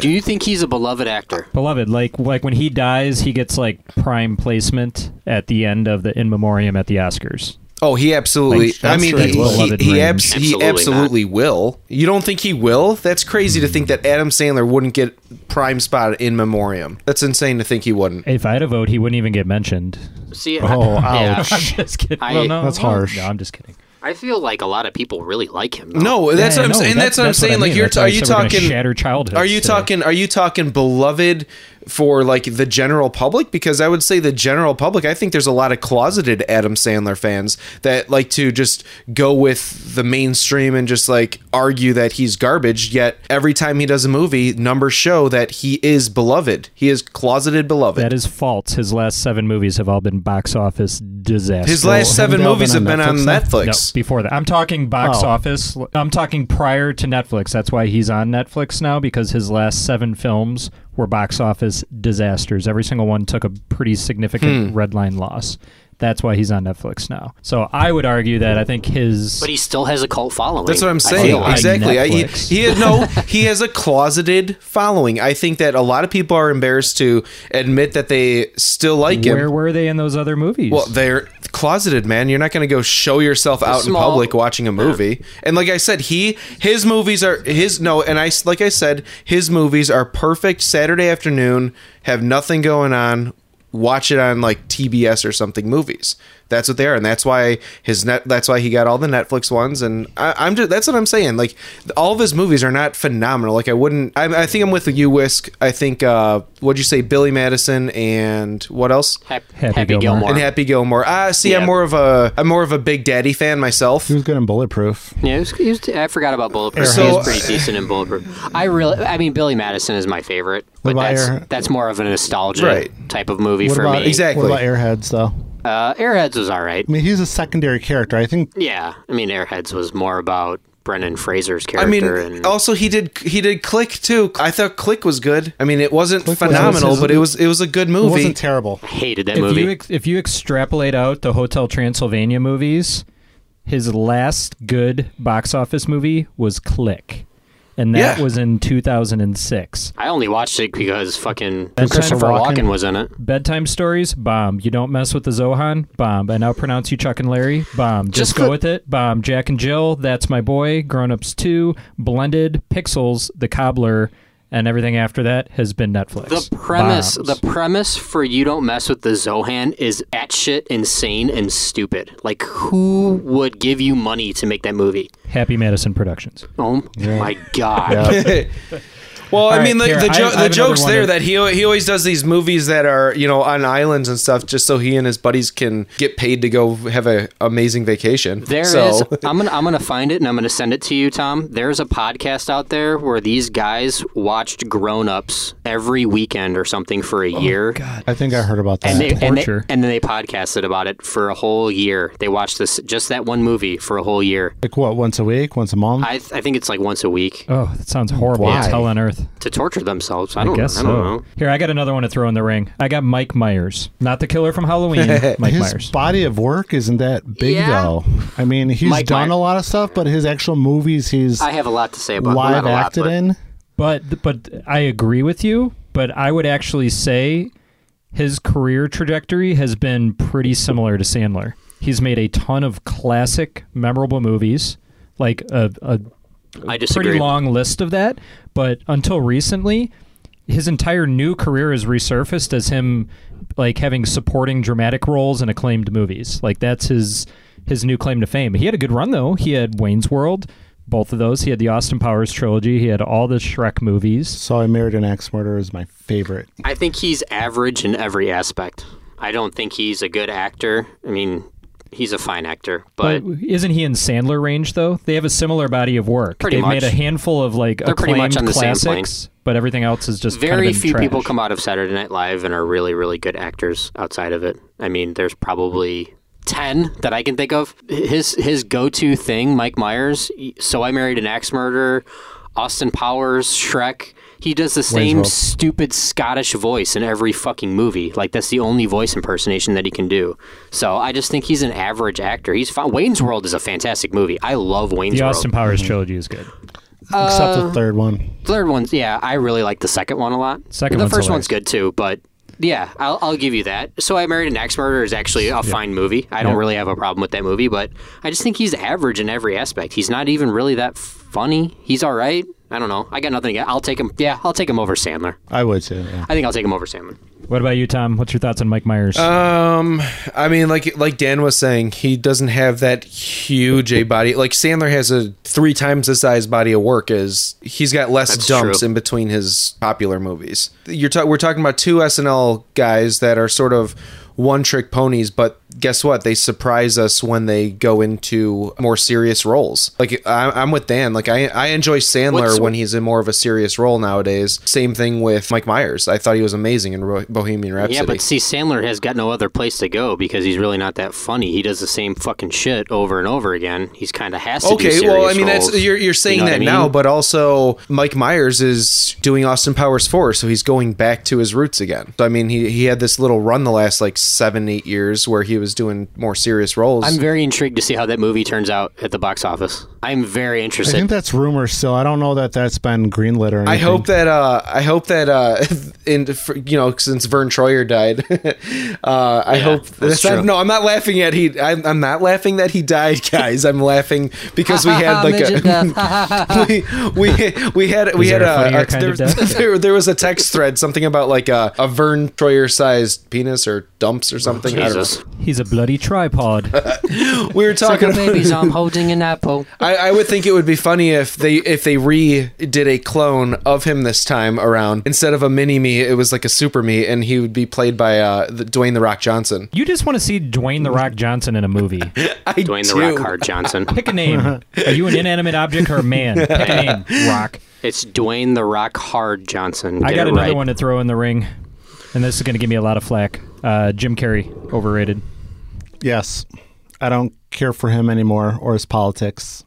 S3: Do you think he's a beloved actor?
S9: Beloved, like like when he dies, he gets like prime placement at the end of the in memoriam at the Oscars.
S10: Oh, he absolutely.
S9: Like,
S10: I
S9: I'm
S10: mean,
S9: sure
S10: he,
S9: he will.
S10: he,
S9: Beloved
S10: he,
S9: range.
S10: abs- he
S9: Absolutely
S10: absolutely will. You don't think he will? That's crazy to think that Adam Sandler wouldn't get prime spot in memoriam. That's insane to think he wouldn't.
S9: If I had a vote, he wouldn't even get mentioned.
S3: See, I- Oh, yeah. ouch.
S9: I'm just kidding.
S3: I-
S9: Well, no,
S3: That's
S9: well,
S3: harsh.
S9: No, I'm just kidding.
S3: I feel like a lot of people really like him. though.
S10: Oh, No, that's what I'm saying. That's, what I'm saying. like, you're t- are you talking Are you talking? Are you talking beloved for like the general public? Because I would say the general public. I think there's a lot of closeted Adam Sandler fans that like to just go with the mainstream and just like argue that he's garbage. Yet every time he does a movie, numbers show that he is beloved. He is closeted beloved.
S9: That is false. His last seven movies have all been box office disasters.
S10: His last Well, seven haven't they all movies been on have been on Netflix, then? Netflix.
S9: No, before that, I'm talking box
S10: Oh.
S9: office. I'm talking prior to Netflix. That's why he's on Netflix now because his last seven films were box office disasters. Every single one took a pretty significant
S3: Hmm.
S9: red line loss. That's why he's on Netflix now. So I would argue that I think his
S3: but he still has a cult following.
S10: That's what I'm
S3: I
S10: saying.
S3: feel like.
S10: exactly. I, he, he had no. He has a closeted following. I think that a lot of people are embarrassed to admit that they still like him.
S9: Where were they in those other movies?
S10: Well, they're closeted, man. You're not going to go show yourself out
S9: small-
S10: in public watching a movie. And like I said, he his movies are his no, and I like I said, his movies are perfect Saturday afternoon, have nothing going on. watch it on like TBS or something movies. That's what they are, and that's why his net. That's why he got all the Netflix ones, and I, I'm just that's what I'm saying. Like all of his movies are not phenomenal. Like I wouldn't. I, I think I'm with you, Whisk. I think uh, what'd you say, Billy Madison, and what else?
S9: Happy Happy Gilmore. Gilmore.
S10: and Happy Gilmore. Ah, see, I'm
S3: Yeah.
S10: more of a I'm more of a Big Daddy fan myself. He
S4: was good in Bulletproof.
S3: Yeah, he was, he was, I forgot about Bulletproof.
S10: So- uh,
S3: he was pretty decent in Bulletproof. I really, I mean, Billy Madison is my favorite, but
S4: about
S3: that's,
S4: Air-
S3: that's more of a nostalgia
S4: Right.
S3: type of movie
S4: What
S3: for
S4: about,
S3: me.
S4: What about Airheads though?
S3: Uh, Airheads was all right.
S4: I mean, he's a secondary character. I think
S3: Yeah, I mean, Airheads was more about Brendan Fraser's
S10: I
S3: character.
S10: mean,
S3: and
S9: oh,
S10: also he did he did Click too. I thought Click was good. I mean, it wasn't
S9: was-
S10: phenomenal,
S9: was-
S10: but it was it was a good movie.
S9: wasn't
S4: terrible.
S3: I hated that
S9: if
S3: movie.
S9: You ex- if you extrapolate out the Hotel Transylvania movies, his last good box office movie was Click, and that
S3: Yeah.
S9: was in 2006.
S3: I only watched it because fucking
S9: Bedtime
S3: Christopher
S9: for
S3: Walken.
S9: Walken.
S3: was in it.
S9: Bedtime stories, bomb. You don't mess with the Zohan, bomb. I now pronounce you Chuck and Larry, bomb. Just,
S3: Just
S9: go
S3: the-
S9: with it, bomb. Jack and Jill, that's my boy. Grown ups two, blended pixels, the cobbler, and everything after that has been Netflix.
S3: The premise,
S9: Bombs.
S3: the premise for you don't mess with the Zohan is at shit insane and stupid. Like, who would give you money to make that movie?
S9: Happy Madison Productions.
S3: Oh my god!
S10: Well,
S9: All
S10: I
S9: right,
S10: mean, like
S9: here,
S10: the,
S9: I- I
S10: jo-
S9: have
S10: the
S9: another
S10: joke's
S9: one
S10: there
S9: that-
S10: that he he always does these movies that are you know on islands and stuff, just so he and his buddies can get paid to go have a amazing vacation.
S3: There is-
S10: so,
S3: I'm gonna I'm gonna find it and I'm gonna send it to you, Tom. There's a podcast out there where these guys watched Grown Ups every weekend or something for a year.
S4: I think I heard about that.
S3: And they, and, they, and then they podcasted about it for a whole year. They watched this just that one movie for a whole year.
S4: like what? Once a week? Once a month?
S3: I, th- I think it's like once a week
S9: Oh, that sounds horrible. It's
S3: Why?
S9: hell on earth.
S3: to torture themselves. I
S9: I,
S3: don't,
S9: guess
S3: I don't
S9: so.
S3: know.
S9: Here, I got another one to throw in the ring. I got Mike Myers, not the killer from Halloween. Mike
S4: his
S9: Myers.
S4: body of work isn't that big
S3: Yeah.
S4: though. I mean, he's
S3: Mike
S4: done
S3: Myers.
S4: a lot of stuff, but his actual movies, he's
S3: I have a lot to say about well,
S4: live
S3: not a lot,
S4: acted
S3: but-
S4: in.
S9: But but I agree with you. But I would actually say his career trajectory has been pretty similar to Sandler. He's made a ton of classic, memorable movies, like a, a
S3: I
S9: pretty
S3: disagree.
S9: long list of that. But until recently, his entire new career has resurfaced as him like having supporting dramatic roles in acclaimed movies. Like that's his his new claim to fame. He had a good run though. He had Wayne's World, both of those. He had the Austin Powers trilogy. He had all the Shrek movies.
S4: So I married an axe murderer is my favorite.
S3: I think he's average in every aspect. I don't think he's a good actor. I mean, he's a fine actor, but,
S9: But, isn't he in Sandler range though? They have a similar body of work.
S3: Pretty
S9: They've
S3: much.
S9: made a handful of like
S3: They're pretty
S9: acclaimed
S3: much on the same plane.
S9: classics, but everything else is just kind of
S3: very
S9: been
S3: few
S9: trash.
S3: people come out of Saturday Night Live and are really, really good actors outside of it. I mean, there's probably ten that I can think of. His his go to thing, Mike Myers. So I married an axe murderer. Austin Powers, Shrek. He does the same
S9: World.
S3: stupid Scottish voice in every fucking movie. Like that's the only voice impersonation that he can do. So I just think he's an average actor. He's fine. Wayne's World is a fantastic movie. I love Wayne's
S9: The
S3: World. Mm-hmm.
S9: Austin Powers trilogy is good.
S4: Except
S3: Uh,
S4: the third one.
S3: Third one's yeah, I really like the second one a lot.
S9: Second
S3: the
S9: one's
S3: first
S9: hilarious.
S3: one's good too, but yeah, I'll, I'll give you that. So I Married an Axe Murderer is actually a fine movie. I don't
S9: Yeah.
S3: really have a problem with that movie, but I just think he's average in every aspect. He's not even really that funny. He's all right. I don't know. I got nothing. I'll take him. Yeah, I'll take him over Sandler.
S4: I would too. Yeah.
S3: I think I'll take him over Sandler.
S9: What about you, Tom? What's your thoughts on Mike Myers?
S10: um, I mean, like like Dan was saying, he doesn't have that huge a body. Like Sandler has a three times the size body of work as he's got less
S3: That's
S10: dumps
S3: true.
S10: in between his popular movies. You're ta- we're talking about two SNL guys that are sort of one trick ponies, but guess what? They surprise us when they go into more serious roles. Like I, I'm with Dan. Like I, I enjoy Sandler
S3: What's-
S10: when he's in more of a serious role nowadays. Same thing with Mike Myers. I thought he was amazing in Ro- Bohemian Rhapsody.
S3: Yeah, but see, Sandler has got no other place to go because he's really not that funny. He does the same fucking shit over and over again. He's kind of has to. do
S10: okay, well, I
S3: serious
S10: mean that's
S3: roles.
S10: you're
S3: You
S10: you're saying
S3: know what
S10: that
S3: I mean?
S10: now, but also Mike Myers is doing Austin Powers four, so he's going back to his roots again. So I mean, he he had this little run the last like seven eight years where he was doing more serious roles.
S3: I'm very intrigued to see how that movie turns out at the box office. I'm very
S4: I
S3: interested.
S4: think that's rumor still. I don't know that that's been greenlit or anything.
S10: I hope that uh, I hope that uh, in for, you know since Vern Troyer died, uh, I hope
S4: that's
S10: that's not-
S4: true.
S10: no, I'm not laughing at he. I'm, I'm not laughing that he died, guys. I'm laughing because we had like
S8: Midget
S10: a we, we we had we
S8: Is there
S10: had
S8: a
S10: a,
S8: funnier
S10: a-
S8: kind
S10: there,
S8: of death?
S10: there there was a text thread something about like a, a Vern Troyer sized penis or dumps or something. I don't know.
S9: He's a bloody tripod.
S10: we were talking
S9: Sucker babies, I'm
S3: holding an apple.
S10: I, I would think it would be funny if they if they redid a clone of him this time around instead of a mini me, it was like a super me, and he would be played by uh, the, Dwayne the Rock Johnson.
S9: You just want to see Dwayne the Rock Johnson in a movie.
S3: Dwayne the Rock Hard Johnson.
S9: Pick a name. Are you an inanimate object or a man? Pick a name. Rock.
S3: It's Dwayne the Rock Hard Johnson.
S9: I
S3: Get
S9: got
S3: it
S9: another
S3: right.
S9: one to throw in the ring, and this is going to give me a lot of flack. Uh, Jim Carrey, overrated.
S4: Yes. I don't care for him anymore or his politics.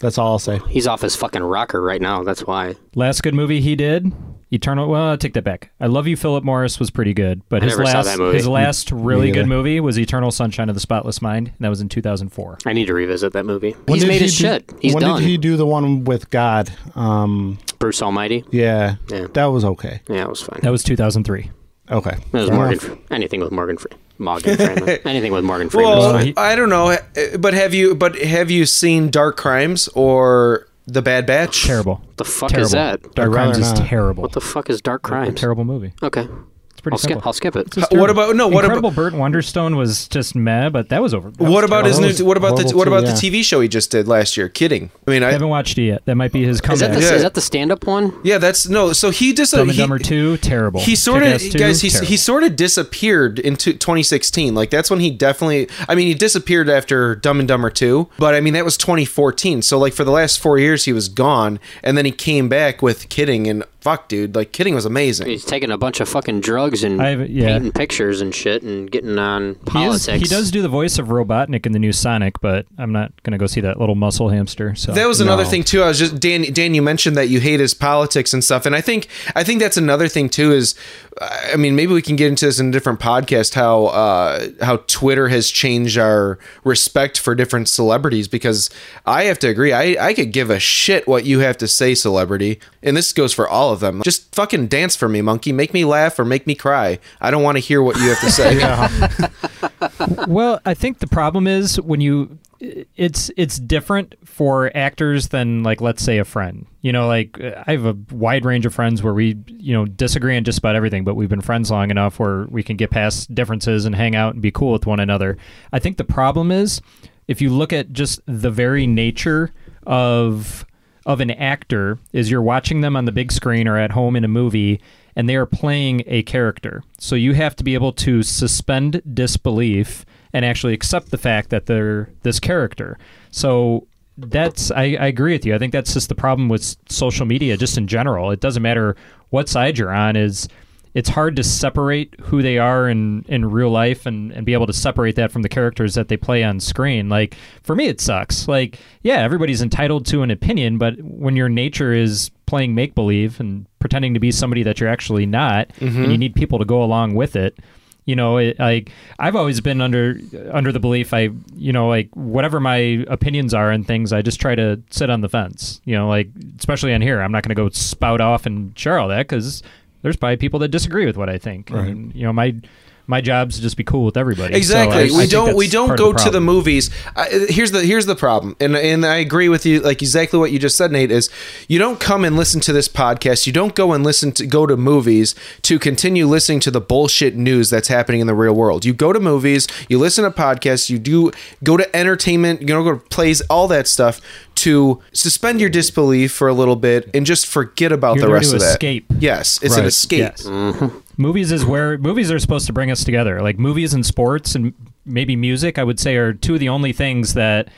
S4: That's all I'll say.
S3: He's off his fucking rocker right now. That's why.
S9: Last good movie he did, Eternal. Well, I take that back. I love you, Philip Morris was pretty good, but
S3: I
S9: his
S3: never saw
S9: last
S3: that movie.
S9: his last
S3: Me
S9: really good
S3: neither.
S9: movie was Eternal Sunshine of the Spotless Mind, and that was in 2004.
S3: I need to revisit that movie.
S4: When
S3: He's
S4: did
S3: made
S4: he
S3: his
S4: do-
S3: shit. He's
S4: when
S3: done.
S4: did he do the one with God? Um,
S3: Bruce Almighty.
S4: yeah,
S3: Yeah.
S4: that was okay.
S3: Yeah, it was fine.
S9: That was 2003.
S4: Okay,
S3: It was
S4: Fair
S3: Morgan.
S4: enough.
S3: Fre- Anything with Morgan Freeman. Morgan Freeman. Anything with Morgan Freeman. is
S10: Well,
S3: fine.
S10: I don't know, uh, but have you but have you seen Dark Crimes or The Bad Batch?
S9: Terrible.
S3: the fuck is that?
S9: Dark Crimes is terrible.
S3: What the fuck is Dark
S9: A
S3: Crimes?
S9: terrible movie.
S3: Okay.
S9: It's pretty
S3: I'll skip.
S9: simple.
S3: I'll skip it.
S9: It's just
S10: What
S9: terrible.
S10: about- no, what about-
S9: Incredible Burt Wonderstone was just meh, but that was over. that
S10: What
S9: was
S10: about his
S9: terrible.
S10: new? What about the What about the TV show he just did last year? Kidding. I mean,
S9: I
S10: I
S9: haven't watched it yet. That might be his
S10: Is that
S9: comeback.
S10: the- is that
S3: the stand-up one?
S10: yeah, that's no. So he just
S9: Dumb and
S10: he-
S9: Dumber Two, terrible.
S10: He sort of
S9: Kick-Ass 2,
S10: guys. He
S9: terrible.
S10: he sort of disappeared into 2016. Like that's when he definitely. I mean, he disappeared after Dumb and Dumber Two, but I mean that was 2014. So like for the last four years, he was gone, and then he came back with Kidding, and fuck, dude, like Kidding was amazing.
S3: He's taking a bunch of fucking drugs and
S9: I haven't- yeah.
S3: painting pictures and shit and getting on
S9: He, is-
S3: politics.
S9: he does do the voice of Robotnik in the new Sonic, but I'm not gonna go see that little muscle hamster. So
S10: That was another thing too. I was just Dan. Dan, you mentioned that you hate his politics and stuff, and I think I think that's another thing too. Is I mean, maybe we can get into this in a different podcast. How uh, how Twitter has changed our respect for different celebrities because I have to agree. I I could give a shit what you have to say, celebrity, and this goes for all of them. Just fucking dance for me, monkey. Make me laugh or make me cry. I don't want to hear what you have to say.
S9: well, I think the problem is when you it's it's different for actors than like let's say a friend. You know, like I have a wide range of friends where we, you know, disagree on just about everything, but we've been friends long enough where we can get past differences and hang out and be cool with one another. I think the problem is if you look at just the very nature of of an actor is you're watching them on the big screen or at home in a movie and they are playing a character. So you have to be able to suspend disbelief and actually accept the fact that they're this character. So that's I, I agree with you. I think that's just the problem with s- social media just in general. It doesn't matter what side you're on is it's hard to separate who they are in, in real life and, and be able to separate that from the characters that they play on screen. Like, for me, it sucks. Like, yeah, everybody's entitled to an opinion, but when your nature is playing make believe and pretending to be somebody that you're actually not,
S5: Mhm.
S9: and you need people to go along with it, you know, it, like I've always been under under the belief I, you know, like whatever my opinions are and things, I just try to sit on the fence. You know, like especially on here, I'm not going to go spout off and share all that because there's probably people that disagree with what I think.
S10: Right.
S9: And, you know, my my job's to just be cool with everybody. So
S10: Exactly.
S9: I- I
S10: we
S9: think
S10: don't we
S9: that's
S10: don't
S9: part of
S10: go to the
S9: problem.
S10: movies. I, here's the here's the problem, and and I agree with you. Like exactly what you just said, Nate. Is you don't come and listen to this podcast. You don't go and listen to go to movies to continue listening to the bullshit news that's happening in the real world. You go to movies. You listen to podcasts. You do go to entertainment. You know, go to plays. All that stuff to suspend your disbelief for a little bit and just forget about
S9: You're
S10: the
S9: there
S10: rest
S9: to
S10: of that.
S9: escape.
S10: Yes, it's an
S9: Right.
S10: escape.
S9: Yes. Movies is where movies are supposed to bring us together. Like movies and sports and maybe music, I would say, are two of the only things that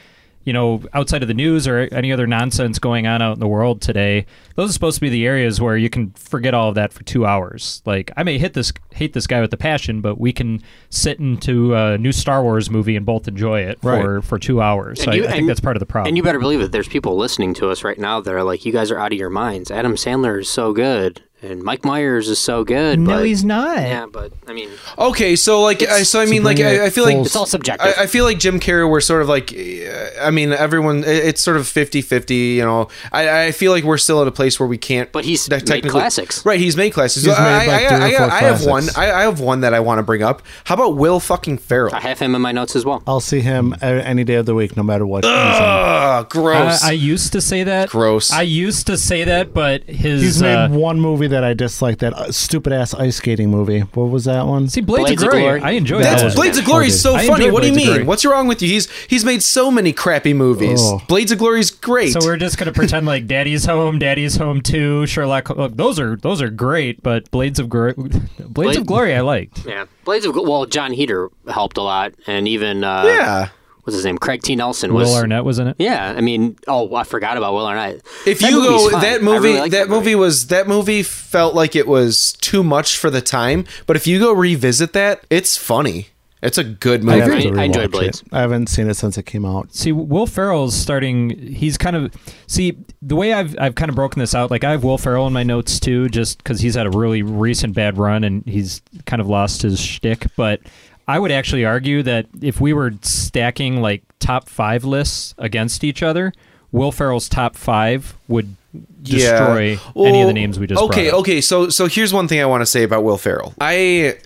S9: you know outside of the news or any other nonsense going on out in the world today. Those are supposed to be the areas where you can forget all of that for two hours. Like I may hit this hate this guy with a passion, but we can sit into a new Star Wars movie and both enjoy it for for two hours. So I,
S3: you-
S9: I think that's part of the problem.
S3: And you better believe it. There's people listening to us right now that are like, "You guys are out of your minds." Adam Sandler is so good, and Mike Myers is so good.
S9: No,
S3: but,
S9: he's not.
S3: Yeah, but I mean,
S10: Okay, so like, I, so I mean, like, I, I feel like
S3: it's all subjective.
S10: I, I feel like Jim Carrey. We're sort of like, eh, I mean, everyone. it- It's sort of 50-50, You know, I, I feel like we're still at a place where we can't. But
S3: he's
S10: made
S3: classics.
S10: right? He's made classics.
S3: He's
S10: So I,
S3: made, like,
S10: I- I-
S3: three or
S10: I-
S3: four
S10: I have one.
S3: classics.
S10: I, I have one that I want to bring up. How about Will fucking Ferrell? I
S3: have him in my notes as well.
S4: I'll see him a- any day of the week, no matter what. he's in.
S10: Ugh, gross.
S9: I, I used to say that.
S10: Gross.
S9: I used to say that, but his
S4: He's made
S9: uh,
S4: one movie that I disliked, that uh, stupid ass ice skating movie. What was that one? See,
S9: Blades of Blades of Glory. Glory. I enjoyed
S10: That's,
S9: that one.
S10: Blades of Glory is so
S9: I
S10: funny.
S9: enjoyed
S10: What do
S9: Blades
S10: you
S9: of
S10: mean?
S9: Glory.
S10: What's wrong with you? He's he's made so many crappy movies.
S9: Oh.
S10: Blades of Glory is great.
S9: So we're just gonna pretend like Daddy's Home, Daddy's Home Two, Sherlock. Look, those are those are great, but Blades of Glory, Blades of
S3: Blade-
S9: Glory, I liked.
S3: yeah, Blades of Gl- well, John Heater helped a lot, and even uh,
S9: Yeah.
S3: what's his name? Craig T. Nelson was
S9: Will Arnett was in it.
S3: Yeah, I mean, oh, I forgot about Will Arnett.
S10: If
S3: That
S10: you
S3: movie's
S10: go
S3: fun.
S10: that
S3: I
S10: movie,
S3: really like
S10: that, movie was that movie felt like it was too much for the time. But if you go revisit that, it's funny. It's a good movie.
S4: rewatch It. I haven't seen it since it came out.
S9: See, Will Ferrell's starting. He's kind of see the way I've I've kind of broken this out. Like I have Will Ferrell in my notes too, just because he's had a really recent bad run and he's kind of lost his shtick. But I would actually argue that if we were stacking like top five lists against each other, Will Ferrell's top five would destroy any of the
S10: Well,
S9: names we just. brought
S10: Okay,
S9: up.
S10: okay. So so here's one thing I want to say about Will Ferrell. I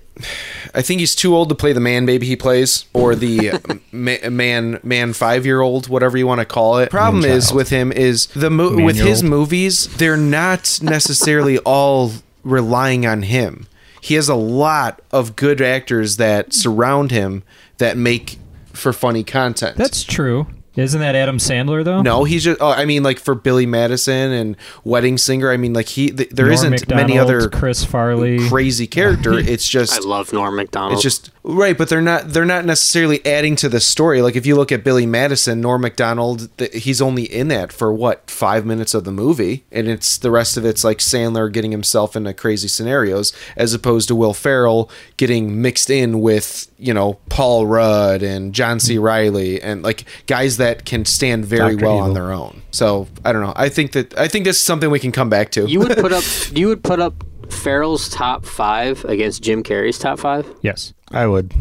S10: I think he's too old to play the man baby he plays or the ma- man man 5-year-old whatever you want to call it. Problem is with him is the mo- with his
S6: Man-year-old.
S10: movies, they're not necessarily all relying on him. He has a lot of good actors that surround him that make for funny content.
S9: That's true. Isn't that Adam Sandler though?
S10: No, he's just. Oh, I mean, like for Billy Madison and Wedding Singer. I mean, like he. Th- there
S9: Norm
S10: not many
S9: Macdonald,
S10: other
S9: Chris Farley.
S10: crazy character. It's just.
S3: I love Norm Macdonald.
S10: It's just right, but they're not. They're not necessarily adding to the story. Like if you look at Billy Madison, Norm Macdonald, th- he's only in that for what five minutes of the movie, and it's the rest of it's like Sandler getting himself into crazy scenarios, as opposed to Will Ferrell getting mixed in with you know Paul Rudd and John C.
S3: Mm-hmm.
S10: Riley and like guys that can stand very
S3: Dr.
S10: well on
S3: Evil.
S10: their own. So I don't know. I think that I think this is something we can come back to.
S3: You would put up you would put up Farrell's top five against Jim Carrey's top five.
S9: Yes.
S4: I would.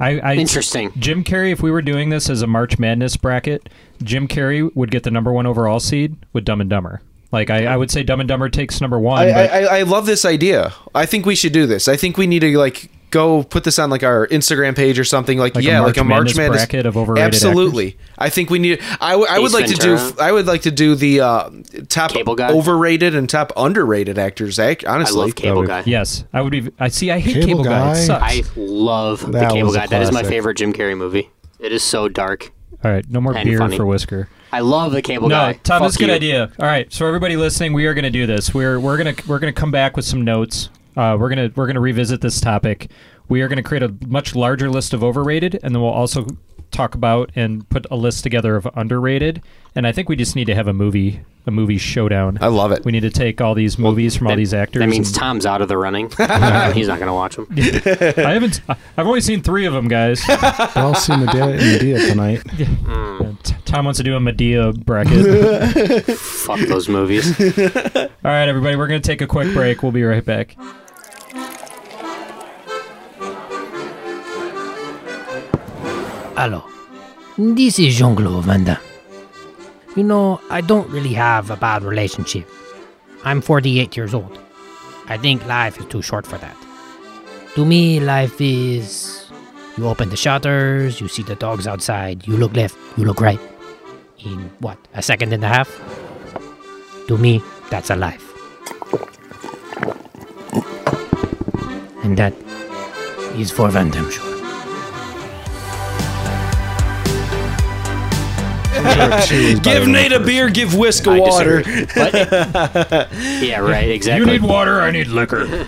S9: I, I
S3: Interesting.
S9: Jim Carrey. If we were doing this as a March Madness bracket, Jim Carrey would get the number one overall seed with Dumb and Dumber. Like I, I would say, Dumb and Dumber takes number one.
S10: I,
S9: but
S10: I, I- I love this idea. I think we should do this. I think we need to like go put this on like our Instagram page or something. Like,
S9: Like a
S10: yeah,
S9: March
S10: like a March
S9: Madness
S10: Madness,
S9: bracket of overrated
S10: Absolutely. I think we need. I, w- I would
S9: Ace
S10: like to do.
S9: Ventura.
S10: I would like to do the uh, top overrated and top underrated actors. Act honestly,
S9: Yes, I would be. I see. I hate Cable, Guy. It sucks.
S3: I love
S10: That
S3: the Cable
S10: was a
S3: Guy. That is my
S10: classic.
S3: favorite Jim Carrey movie. It is so dark.
S9: All right, no more
S3: And
S9: beer
S3: funny.
S9: for Whisker.
S3: I love the Cable
S9: no,
S3: Guy.
S9: Tom,
S3: Fuck
S9: that's a good
S3: you.
S9: idea. All right, so everybody listening, we are going to do this. We're we're gonna we're gonna come back with some notes. Uh, we're gonna we're gonna revisit this topic. We are going to create a much larger list of overrated, and then we'll also talk about and put a list together of underrated. And I think we just need to have a movie a movie showdown. I
S10: love it.
S9: We need to take all these movies from all
S3: That-
S9: these actors.
S3: That means
S9: and-
S3: Tom's out of the running. He's not going to watch them.
S9: I haven't. I- I've only seen three of them, guys.
S4: They all see Medea, Medea tonight.
S9: T- Tom wants to do a Medea bracket.
S3: Fuck those movies.
S9: All right, everybody, we're going to take a quick break. We'll be right back.
S12: Hello. This is Jean Claude Van Damme. You know, I don't really have a bad relationship. I'm 48 years old. I think life is too short for that. To me, life is. You open the shutters, you see the dogs outside, you look left, you look right. In what, a second and a half? To me, that's a life. And that is for Van Damme Show.
S10: give Nate a beer, give Whisk a water.
S3: yeah, right, exactly.
S9: You need water, I need liquor.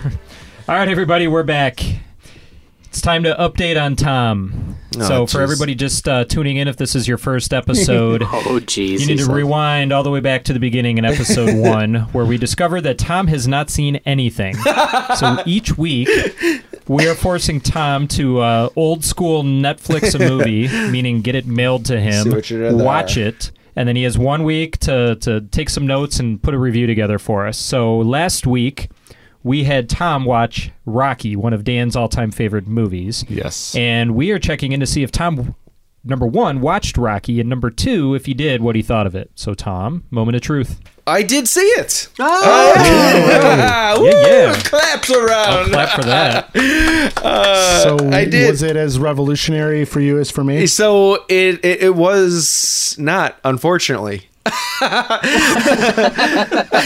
S9: All right, everybody, we're back. It's time to update on Tom.
S3: Oh,
S9: so, for
S3: jeez.
S9: everybody just uh, tuning in, if this is your first episode,
S3: oh, jeez.
S9: you need
S3: he
S9: to
S3: said.
S9: rewind all the way back to the beginning in episode one, where we discovered that Tom has not seen anything. so each week, we are forcing Tom to uh, old school Netflix a movie, meaning get it mailed to
S10: See
S9: him,
S10: what you did there.
S9: watch it, and then he has one week to, to take some notes and put a review together for us. So last week, we had Tom watch Rocky, one of Dan's all-time favorite movies.
S10: Yes.
S9: And we are checking in to see if Tom number 1 watched Rocky and number 2 if he did what he thought of it. So Tom, moment of truth.
S10: I did see it. Oh,
S9: Oh.
S10: yeah, Woo,
S9: yeah.
S10: Claps around.
S9: clap for that.
S10: Uh,
S4: so
S10: I did.
S4: was it as revolutionary for you as for me?
S10: So it, it it was not, unfortunately.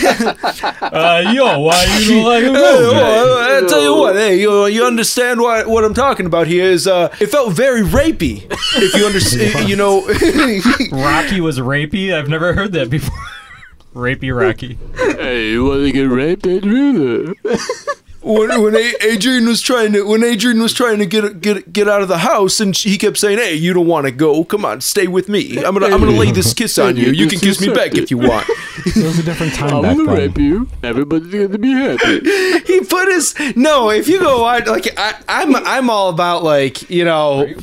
S9: uh, yo, why you don't like him?
S10: Oh, I tell you what, hey, you, you understand what what I'm talking about here is uh, it felt very rapey. If you understand, you know,
S9: Rocky was rapey. I've never heard that before. rapey Rocky.
S10: Hey, you want to get raped, Adrian? when when A- Adrian was trying to when Adrian was trying to get get get out of the house, and she, he kept saying, "Hey, you don't want to go. Come on, stay with me. I'm gonna I'm gonna lay this kiss on you. You can kiss me back if you want."
S4: It was a different time
S10: I'm
S4: back
S10: gonna
S4: then.
S10: rape
S4: you.
S10: Everybody's gonna be happy. he put his no. If you go watch, like I, I'm, I'm all about like you know,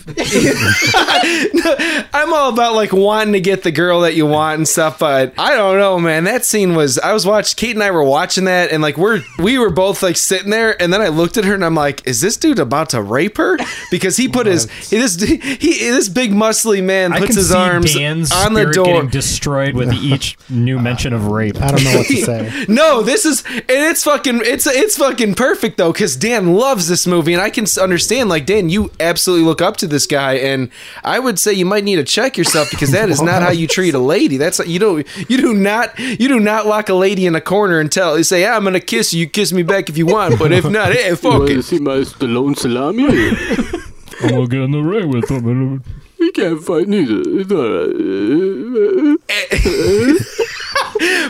S10: I'm all about like wanting to get the girl that you want and stuff. But I don't know, man. That scene was. I was watched. Kate and I were watching that, and like we're we were both like sitting there, and then I looked at her and I'm like, is this dude about to rape her? Because he put his this he this big muscly man
S9: I
S10: puts
S9: can
S10: his
S9: see
S10: arms
S9: Dan's
S10: on the
S9: spirit
S10: door.
S9: getting destroyed with each new mention of rape. I
S4: don't know
S10: no, this is and it's fucking it's it's fucking perfect though because Dan loves this movie and I can s- understand like Dan, you absolutely look up to this guy and I would say you might need to check yourself because that is not how you treat a lady. That's you don't you do not you do not lock a lady in a corner and tell say yeah, I'm gonna kiss you, you kiss me back if you want, but if not, hey, fuck it.
S1: see my Stallone salami?
S9: I'm gonna get in the ring with him.
S1: We can't fight neither. It's alright.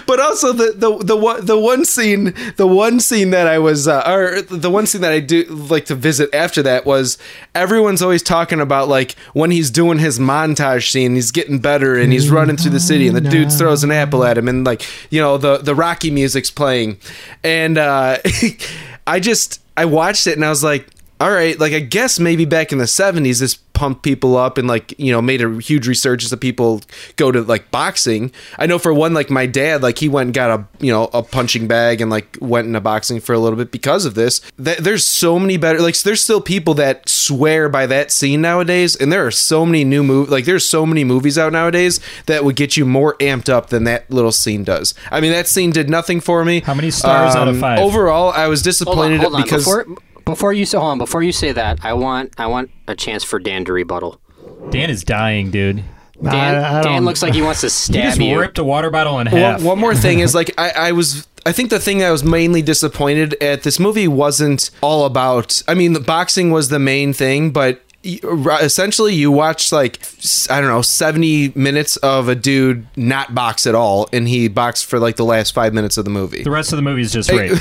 S10: but also the the the one the one scene the one scene that I was uh, or the one scene that I do like to visit after that was everyone's always talking about like when he's doing his montage scene he's getting better and he's running through the city and the dude throws an apple at him and like you know the the Rocky music's playing and uh, I just I watched it and I was like all right, like I guess maybe back in the 70s this pumped people up and like, you know, made a huge resurgence of people go to like boxing. I know for one like my dad, like he went and got a, you know, a punching bag and like went into boxing for a little bit because of this. Th- There's so many better like there's still people that swear by that scene nowadays and there are so many new movies like there's so many movies out nowadays that would get you more amped up than that little scene does. I mean, that scene did nothing for me. How many
S9: stars out of five?
S10: Overall, I was
S3: Hold on,
S10: disappointed
S3: hold on.
S10: because
S3: Before, before you say, hold on, before you say that, I want I want a chance for Dan to rebuttal.
S9: Dan is dying, dude.
S3: Dan, Dan looks like he wants to stab
S9: He just
S3: you.
S9: ripped a water bottle in half.
S10: One, one more thing is like I, I was I think the thing that I was mainly disappointed at this movie wasn't all about. I mean, the boxing was the main thing, but y- ri- essentially you watch like s- I don't know seventy minutes of a dude not box at all, and he boxed for like the last five minutes of the movie.
S9: The rest of the movie is just rape.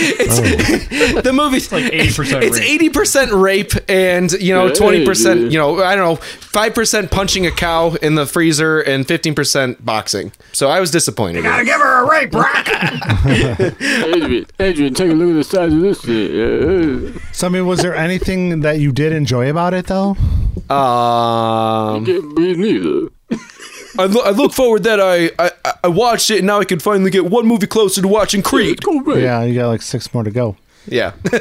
S10: the movie's
S9: like 80%
S10: It's
S9: rape.
S10: eighty percent rape, and you know
S9: Hey,
S10: twenty percent.
S9: dude.
S10: You know I don't know five percent punching a cow in the freezer, and fifteen percent boxing. So I was disappointed. in it.
S8: give her a rape rock.
S1: Adrian, Adrian, take a look at the size of this thing.
S4: So I mean, was there anything that you did enjoy about it though?
S10: Um,
S1: Me neither.
S10: I, lo- I look forward that I, I I watched it and now I can finally get one movie closer to watching Creed.
S4: Yeah, you got like six more to go.
S10: Yeah.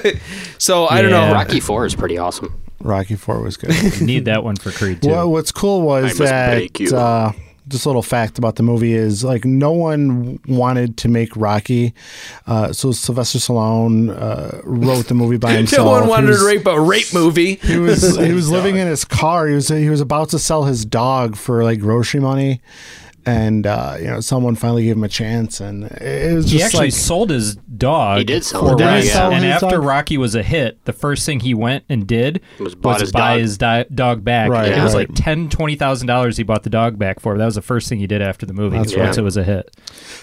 S10: so I don't know.
S3: Rocky Four is pretty awesome.
S4: Rocky Four was good.
S9: Need that one for Creed too.
S4: Well, what's cool
S9: I
S4: was
S9: must bake
S4: that
S9: you.
S4: uh, just a little fact about the movie is like no one wanted to make Rocky, uh, so Sylvester Stallone uh, wrote the movie by
S10: No
S4: himself.
S10: one
S4: He
S10: wanted
S4: was-
S10: to rape a rape movie.
S4: He was he was living in his car. He was he was about to sell his dog for like grocery money, and uh, you know someone finally gave him a chance, and it was just
S9: he actually
S4: like
S9: sold his dog.
S4: He did sell
S9: for
S4: it, yeah. Did
S9: Rocky.
S4: he sell
S9: And
S4: his
S9: after
S4: dog?
S9: Rocky was a hit, the first thing he went and did was,
S3: bought his
S9: buy
S3: dog.
S9: his di- dog back.
S3: Right,
S9: it was
S3: right.
S9: like ten, twenty thousand dollars. He bought the dog back for. That was the first thing he did after the movie.
S4: That's
S9: once
S4: right.
S9: it was a hit.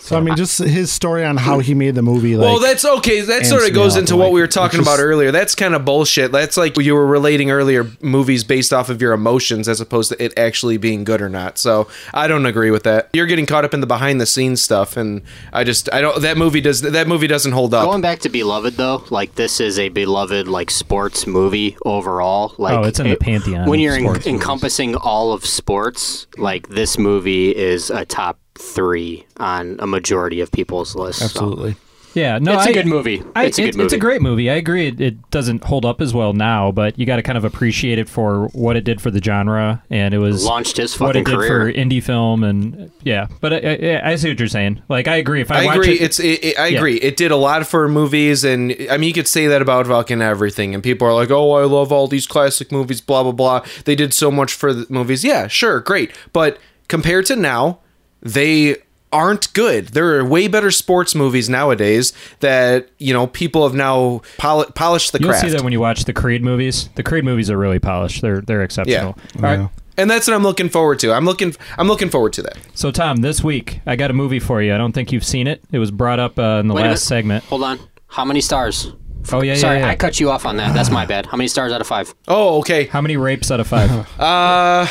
S4: so. I mean, just his story on how he made the movie. Like,
S10: well, that's okay. That
S4: amps
S10: sort
S4: me
S10: of goes
S4: up,
S10: into
S4: like,
S10: what we were
S4: it's
S10: talking
S4: just-
S10: about earlier. That's kind of bullshit. That's like you were relating earlier movies based off of your emotions as opposed to it actually being good or not. So I don't agree with that. You're getting caught up in the behind the scenes stuff, and I just I don't. That movie does that movie doesn't hold up.
S3: Going back to Beloved though, like this is a beloved like sports movie overall. Like
S9: Oh, it's in the
S3: it-
S9: pantheon
S3: When
S9: of
S3: you're en-
S9: sports movies.
S3: encompassing all of sports, like this movie is a top three on a majority of people's lists. so.
S4: Absolutely.
S9: Yeah, no,
S3: It's a
S9: a
S3: good movie. It's a good
S9: It's a
S3: movie.
S9: great movie. I agree. It, it doesn't hold up as well now, but you got to kind of appreciate it for what it did for the genre, and it was
S3: Launched his
S9: what it did
S3: fucking
S9: for
S3: career.
S9: indie film, and yeah. But I, I, I see what you're saying. Like I agree. If I,
S10: I,
S9: watch
S10: agree.
S9: it,
S10: it's it, it, I
S9: Yeah.
S10: agree. It did a lot for movies, and I mean, you could say that about fucking everything. And people are like, "Oh, I love all these classic movies." Blah blah blah. They did so much for the movies. Yeah, sure, great. But compared to now, they aren't good. There are way better sports movies nowadays that you know people have now poli- polished the
S9: You'll
S10: craft.
S9: see that when you watch the Creed movies. The Creed movies are really polished. They're they're exceptional. All right.
S10: And that's what I'm looking forward to. I'm looking. I'm looking forward to that.
S9: So Tom, this week I got a movie for you. I don't think you've seen it. It was brought up uh, in the
S3: Wait a minute.
S9: last segment.
S3: Hold on. How many stars?
S9: Oh yeah, yeah,
S3: Sorry,
S9: yeah.
S3: I cut you off on that. That's my bad. How many stars out of five?
S10: Oh, okay.
S9: How many rapes out of five?
S10: Uh,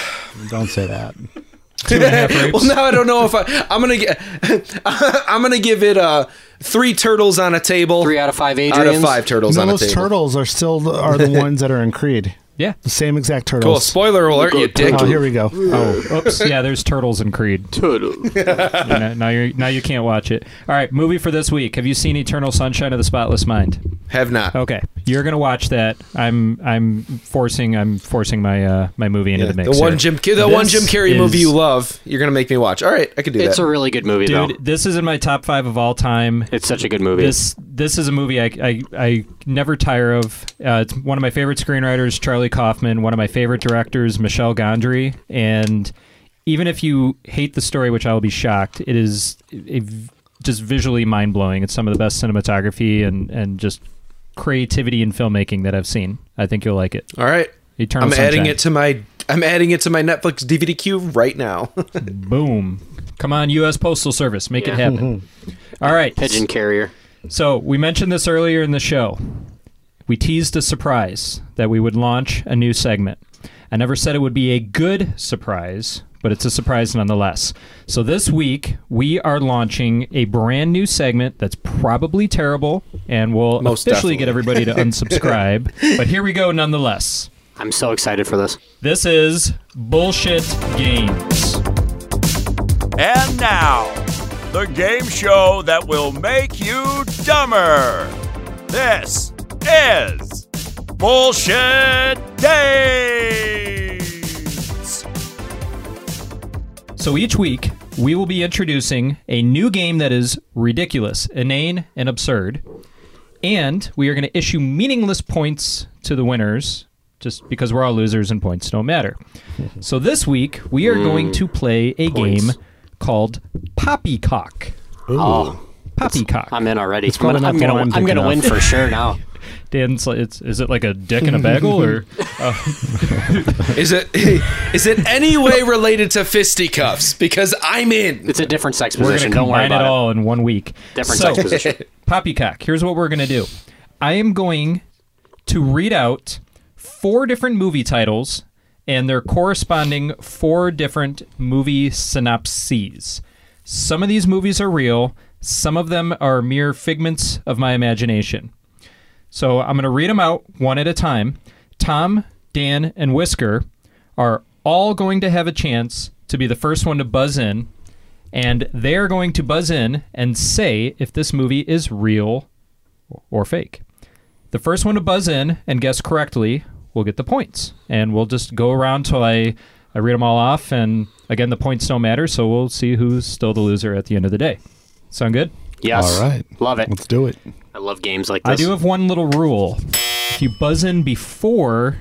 S4: Don't say that.
S10: well, now I don't know if I. I'm gonna get. I'm gonna give it uh three turtles on a table. Three
S3: out of five.
S10: Out of five turtles
S4: no,
S10: on a
S4: those
S10: table.
S4: turtles are still the, are the ones that are in Creed.
S9: Yeah,
S4: the same exact turtles.
S10: Cool. Spoiler alert, you dick.
S4: Oh, here we go.
S9: Oh, oops. Yeah, there's turtles in Creed.
S1: Turtles.
S9: now, now you now you can't watch it. All right, movie for this week. Have you seen Eternal Sunshine of the Spotless Mind?
S10: Have not.
S9: Okay, you're gonna watch that. I'm I'm forcing I'm forcing my uh, my movie into
S10: Yeah,
S9: the mix.
S10: the one
S9: here.
S10: Jim Ca- the one
S9: This
S10: Jim Carrey
S9: is-
S10: movie you love. You're gonna make me watch. All right, I could do that.
S9: dude. This is in my top five of all time.
S3: It's such a good movie.
S9: This this is a movie I I, I never tire of. Uh, it's one of my favorite screenwriters, Charlie Kaufman. One of my favorite directors, Michel Gondry. And even if you hate the story, which I will be shocked, it is a v- just visually mind blowing. It's some of the best cinematography and and just creativity in filmmaking that I've seen. I think you'll like it.
S10: All right,
S9: Eternal
S10: I'm adding
S9: Sunshine.
S10: it to my. I'm adding it to my Netflix DVD queue right now.
S9: Boom. Come on, U.S. Postal Service, make it happen. All right.
S3: Pigeon carrier.
S9: So we mentioned this earlier in the show. We teased a surprise that we would launch a new segment. I never said it would be a good surprise, but it's a surprise nonetheless. So this week we are launching a brand new segment that's probably terrible, and will
S10: Most
S9: officially get
S10: definitely.
S9: everybody to unsubscribe. but here we go nonetheless.
S3: I'm so excited for this.
S9: This is bullshit games.
S13: And now, the game show that will make you dumber. This is Bullshit Days.
S9: So each week, we will be introducing a new game that is ridiculous, inane, and absurd. And we are going to issue meaningless points to the winners just because we're all losers and points don't matter. So this week, we are going to play a
S3: Points.
S9: game called Poppycock.
S3: Oh.
S9: Poppycock.
S3: I'm in already.
S9: It's
S3: I'm gonna,
S9: probably not
S3: I'm
S9: the
S3: gonna,
S9: one
S3: I'm
S9: I'm
S3: gonna win
S9: thinking of.
S3: for sure now.
S9: Dan's like, it's, is it like a dick in a bagel or?
S10: is it is it any way related to fisticuffs? Because I'm in.
S3: It's a different sex
S9: We're going to combine it all in one week.
S10: Different
S9: so,
S10: sex position.
S9: Poppycock, here's what we're going to do. I am going to read out four different movie titles and their corresponding four different movie synopses. Some of these movies are real, some of them are mere figments of my imagination. So I'm going to read them out one at a time. Tom, Dan, and Whisker are all going to have a chance to be the first one to buzz in, and they're going to buzz in and say if this movie is real or fake. The first one to buzz in and guess correctly will get the points, and we'll just go around till I I read them all off. And again, the points don't matter, so we'll see who's still the loser at the end of the day. Sound good?
S3: Yes.
S4: All right.
S3: Love it.
S4: Let's do it.
S3: I love games like this.
S9: I do have one little rule. If you buzz in before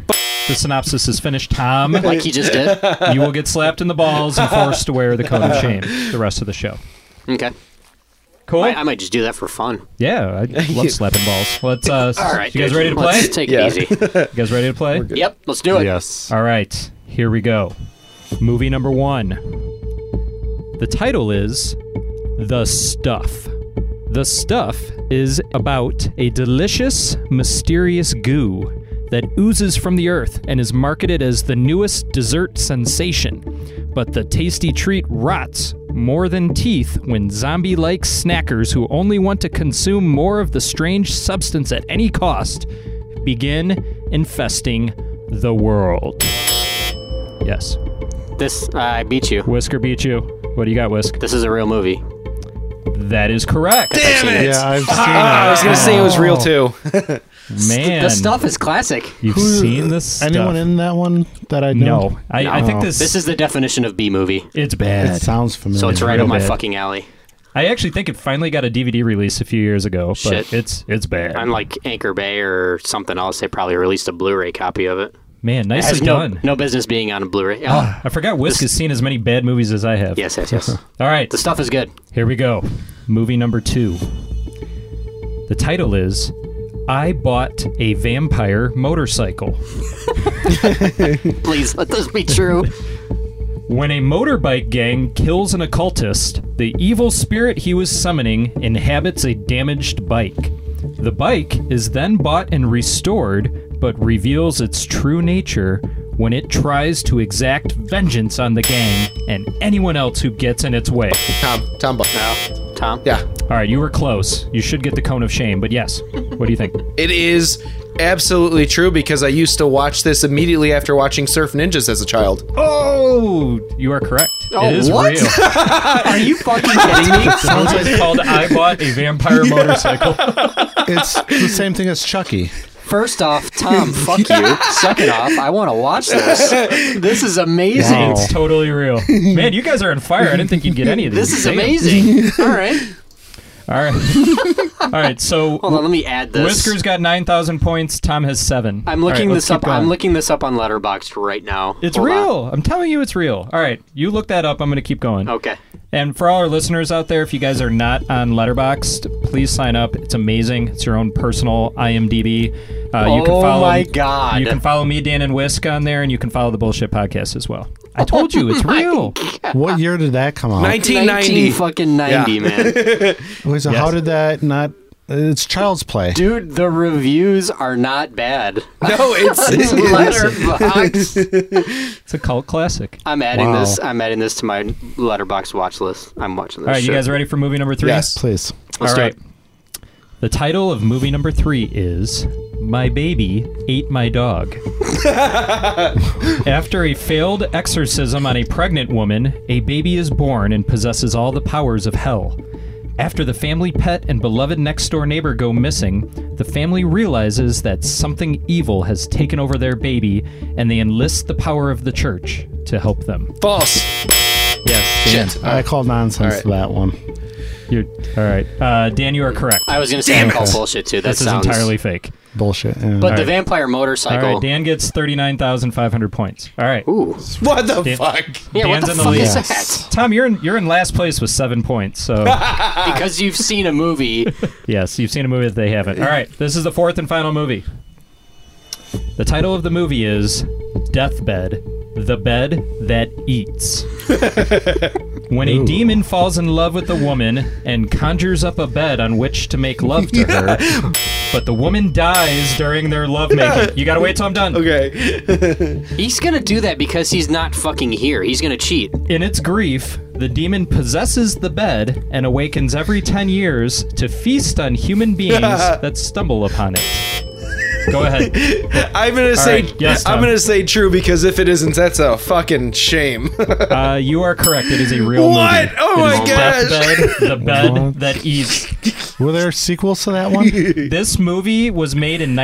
S9: the synopsis is finished, Tom,
S3: Like he just did?
S9: you will get slapped in the balls and forced to wear the coat of shame the rest of the show.
S3: Okay.
S9: Cool.
S3: I, I might just do that for fun.
S9: Yeah, I love slapping balls. Let's. Uh,
S3: All right,
S9: you guys
S3: dude.
S9: ready to play?
S3: Let's take it Yeah. easy.
S9: You guys ready to play?
S3: Yep. Let's do it.
S9: Yes. All right. Here we go. Movie number one. The title is The Stuff. The Stuff is about a delicious, mysterious goo that oozes from the earth and is marketed as the newest dessert sensation. But the tasty treat rots more than teeth when zombie like snackers who only want to consume more of the strange substance at any cost begin infesting the world. Yes.
S3: This uh, I beat you.
S9: Whisker beat you. What do you got, Whisk?
S3: This is a real movie.
S9: That is correct.
S10: Damn it!
S9: Yeah, I've seen
S10: Ah,
S9: it.
S10: I was gonna Oh. say it was real too.
S9: Man.
S3: the stuff is classic.
S9: You've
S4: Who-
S9: seen this
S4: Anyone
S9: stuff.
S4: in that one that I know?
S9: No. I- I think this-
S3: This is the definition of B movie.
S9: It's bad.
S4: It sounds familiar.
S3: So it's right
S9: Real
S3: up my
S9: bad.
S3: fucking alley.
S9: I actually think it finally got a DVD release a few years ago, but
S3: Shit.
S9: it's it's bad.
S3: Unlike Anchor Bay or something else, they probably released a Blu-ray copy of it.
S9: Man,
S3: It has
S9: nicely
S3: no,
S9: done.
S3: No business being on a Blu-ray. Oh,
S9: Ah, I forgot Whisk has seen as many bad movies as I have.
S3: Yes, yes, yes.
S9: All right. The
S3: stuff is good.
S9: Here we go. Movie number two. The title is I Bought a Vampire Motorcycle.
S3: Please let this be true.
S9: When a motorbike gang kills an occultist, the evil spirit he was summoning inhabits a damaged bike. The bike is then bought and restored, but reveals its true nature when it tries to exact vengeance on the gang and anyone else who gets in its way.
S10: Tom, Tom Buck.
S3: Tom?
S10: Yeah.
S9: All right, you were close. You should get the cone of shame, but yes. What do you think?
S10: It is absolutely true because I used to watch this immediately after watching Surf Ninjas as a child.
S9: Oh, you are correct.
S10: Oh,
S9: it is
S10: what?
S9: real.
S3: Are you fucking kidding me?
S9: Sounds like called I bought a vampire motorcycle.
S4: it's the same thing as Chucky.
S3: First off, Tom, fuck you. Second off, I want to watch this. This is amazing.
S9: It's totally real. Man, you guys are on fire. I didn't think you'd get any of these.
S3: This is
S9: Damn.
S3: amazing. All right.
S9: All right. All right, so
S3: Hold on, let me add this.
S9: Whiskers got 9,000 points. Tom has 7.
S3: I'm
S9: All right,
S3: looking
S9: let's
S3: this up.
S9: keep going.
S3: I'm looking this up on Letterboxd right now.
S9: It's
S3: Hold on.
S9: real. I'm telling you it's real. All right, you look that up. I'm going to keep going.
S3: Okay.
S9: And for all our listeners out there, if you guys are not on Letterboxd, please sign up. It's amazing. It's your own personal IMDb. Uh, you can
S3: Oh
S9: follow,
S3: my God.
S9: You can follow me, Dan, and Whisk on there, and you can follow the Bullshit Podcast as well. I told you,
S3: Oh
S9: it's real.
S4: What year did that come out?
S10: 1990.
S3: 19 fucking 90,
S10: Yeah.
S3: man.
S4: Wait, so how did that not? It's Child's Play.
S3: Dude, the reviews are not bad.
S10: No, it's- it's-
S3: Letterboxd.
S9: It's a cult classic.
S3: I'm adding
S9: Wow.
S3: this. I'm adding this to my Letterbox watch list. I'm watching this.
S9: All right, you
S3: shit.
S9: guys ready for movie number three?
S4: Yes, please.
S9: All
S3: Let's
S9: right.
S3: do
S9: The title of movie number three is My Baby Ate My Dog. After a failed exorcism on a pregnant woman, a baby is born and possesses all the powers of hell. After the family pet and beloved next door neighbor go missing, the family realizes that something evil has taken over their baby and they enlist the power of the church to help them.
S10: False.
S9: Yes, Dan.
S4: I call nonsense to that one.
S9: You're all right, uh, Dan. You are correct.
S3: I was gonna say Damn I call it. bullshit, too. That
S9: this
S3: sounds-
S9: is entirely fake.
S4: Bullshit. yeah.
S3: But
S9: All
S3: the
S9: right.
S3: vampire
S9: All
S3: motorcycle.
S9: right, Dan gets thirty nine thousand five hundred points. All right.
S3: Ooh.
S10: What the
S9: Dan-
S10: fuck?
S3: Yeah, what
S9: Dan's
S3: the
S9: in the
S3: fuck
S9: lead.
S3: is
S9: Tom, you're in you're in last place with seven points. So
S3: because you've seen a movie.
S9: yes, you've seen a movie that they haven't. All right, this is the fourth and final movie. The title of the movie is Deathbed: The Bed That Eats. When a demon falls in love with a woman and conjures up a bed on which to make love to her, but the woman dies during their lovemaking. You gotta wait till I'm done.
S3: Oh,
S10: Okay.
S3: He's gonna do that because he's not fucking here. He's gonna cheat.
S9: In its grief, the demon possesses the bed and awakens every 10 years to feast on human beings that stumble upon it. Go ahead.
S10: I'm gonna
S9: All
S10: say
S9: right, yes,
S10: I'm
S9: Tom.
S10: gonna say true because if it isn't, that's a fucking shame.
S9: Uh, you are correct. It is a real
S10: What?
S9: movie.
S10: Oh
S9: It
S10: my
S9: is
S10: gosh.
S9: Deathbed, the bed
S4: What?
S9: that eats.
S4: Were there sequels to that one?
S9: This movie was made in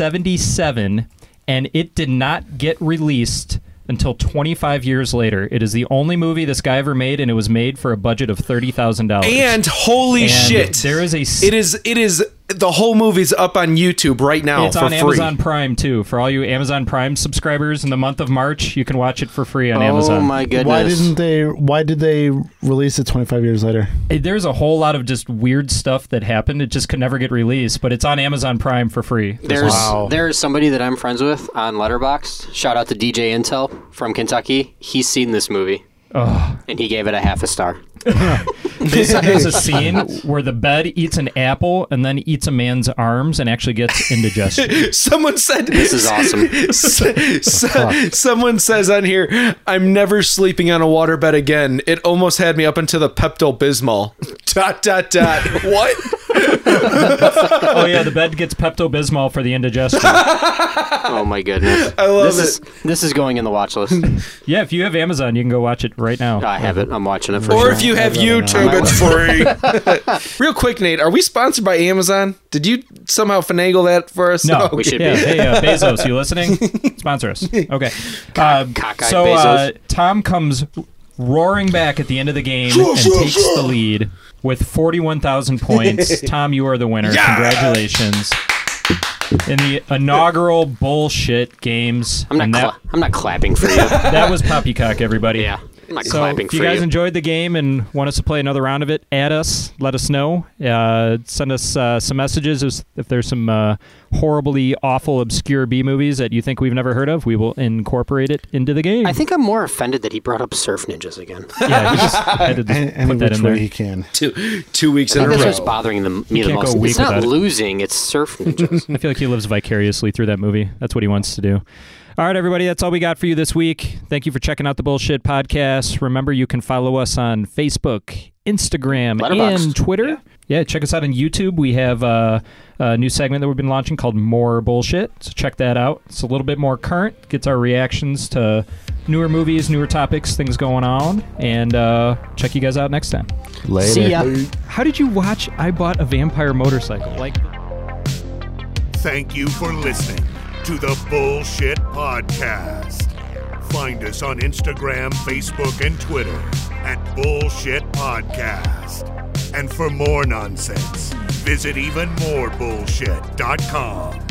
S9: 1977 and it did not get released until 25 years later. It is the only movie this guy ever made and it was made for a budget of $30,000.
S10: and holy
S9: And
S10: shit,
S9: there is a s-
S10: It is it is the whole movie's up on YouTube right now
S9: it's
S10: Oh, for
S9: on
S10: free.
S9: Amazon Prime too. For all you Amazon Prime subscribers in the month of March, you can watch it uh, for free
S10: Oh,
S9: on
S3: Oh
S9: Amazon.
S4: Why didn't they? Why did they release it 25 years later?
S9: Eh, There's a whole lot of just weird stuff that happened. It just could never get released, but it's on Amazon Prime for free.
S3: There's there's somebody that I'm friends with on Letterboxd. Shout out to DJ Intel from Kentucky. He's seen this movie.
S9: Ugh.
S3: And he gave it a half a star.
S9: There's, there's a scene where the bed eats an apple and then eats a man's arms and actually gets indigestion.
S10: Someone said
S9: This is awesome.
S10: S- s- someone says on here, "I'm never sleeping on a waterbed again." It almost had me up into the Pepto Bismol. Dot dot dot. what?
S9: oh yeah, the bed gets Pepto Bismol for the indigestion.
S3: oh my goodness!
S10: I love
S3: this is this is going in the watch list.
S9: yeah, if you have Amazon, you can go watch it right now.
S3: I have it. I'm watching it for
S10: Or if you have YouTube, it's free. Real quick, Nate, are we sponsored by Amazon? Did you somehow finagle that for us?
S9: No,
S10: Okay.
S9: yeah, Hey, uh, Bezos, you listening? Sponsor us. Okay. Uh,
S10: cockeyed
S9: so uh,
S10: Bezos.
S9: Tom comes roaring back at the end of the game
S10: Sure,
S9: and
S10: sure,
S9: takes
S10: sure.
S9: the lead with 41,000 points. Tom, you are the winner.
S3: Yeah.
S9: Congratulations. In the inaugural bullshit games.
S3: I'm not.
S9: and
S3: Cla- I'm not clapping for you.
S9: that was poppycock, everybody. Yeah,
S3: I'm not
S9: so
S3: clapping
S9: if you
S3: for
S9: guys
S3: you.
S9: enjoyed the game and want us to play another round of it, add us, let us know, uh, send us uh, some messages if, if there's some uh, horribly awful, obscure B movies that you think we've never heard of. We will incorporate it into the game.
S3: I think I'm more offended that he brought up surf ninjas again.
S9: Yeah, he just had to just
S4: Any- any
S9: put that
S4: which
S9: in there.
S4: way he can.
S10: Two, two weeks
S3: I
S10: in a
S3: think
S10: row.
S3: that's what's bothering them, me
S9: You
S3: the
S9: can't
S3: most.
S9: go a week
S3: It's not
S9: without it.
S3: losing; it's surf ninjas.
S9: I feel like he lives vicariously through that movie. That's what he wants to do. All right, everybody, that's all we got for you this week. Thank you for checking out the Bullshit Podcast. Remember, you can follow us on Facebook, Instagram,
S5: Letterboxd.
S9: and Twitter. Yeah. check us out on YouTube. We have uh, a new segment that we've been launching called More Bullshit. So check that out. It's a little bit more current, gets our reactions to newer movies, newer topics, things going on. And uh, check you guys out next time.
S4: Later.
S9: See ya. How did you watch I Bought a Vampire Motorcycle? Like,
S14: Thank you for listening to the Bullshit Podcast. Find us on Instagram, Facebook, and Twitter at Bullshit Podcast. And for more nonsense, visit evenmorebullshit.com.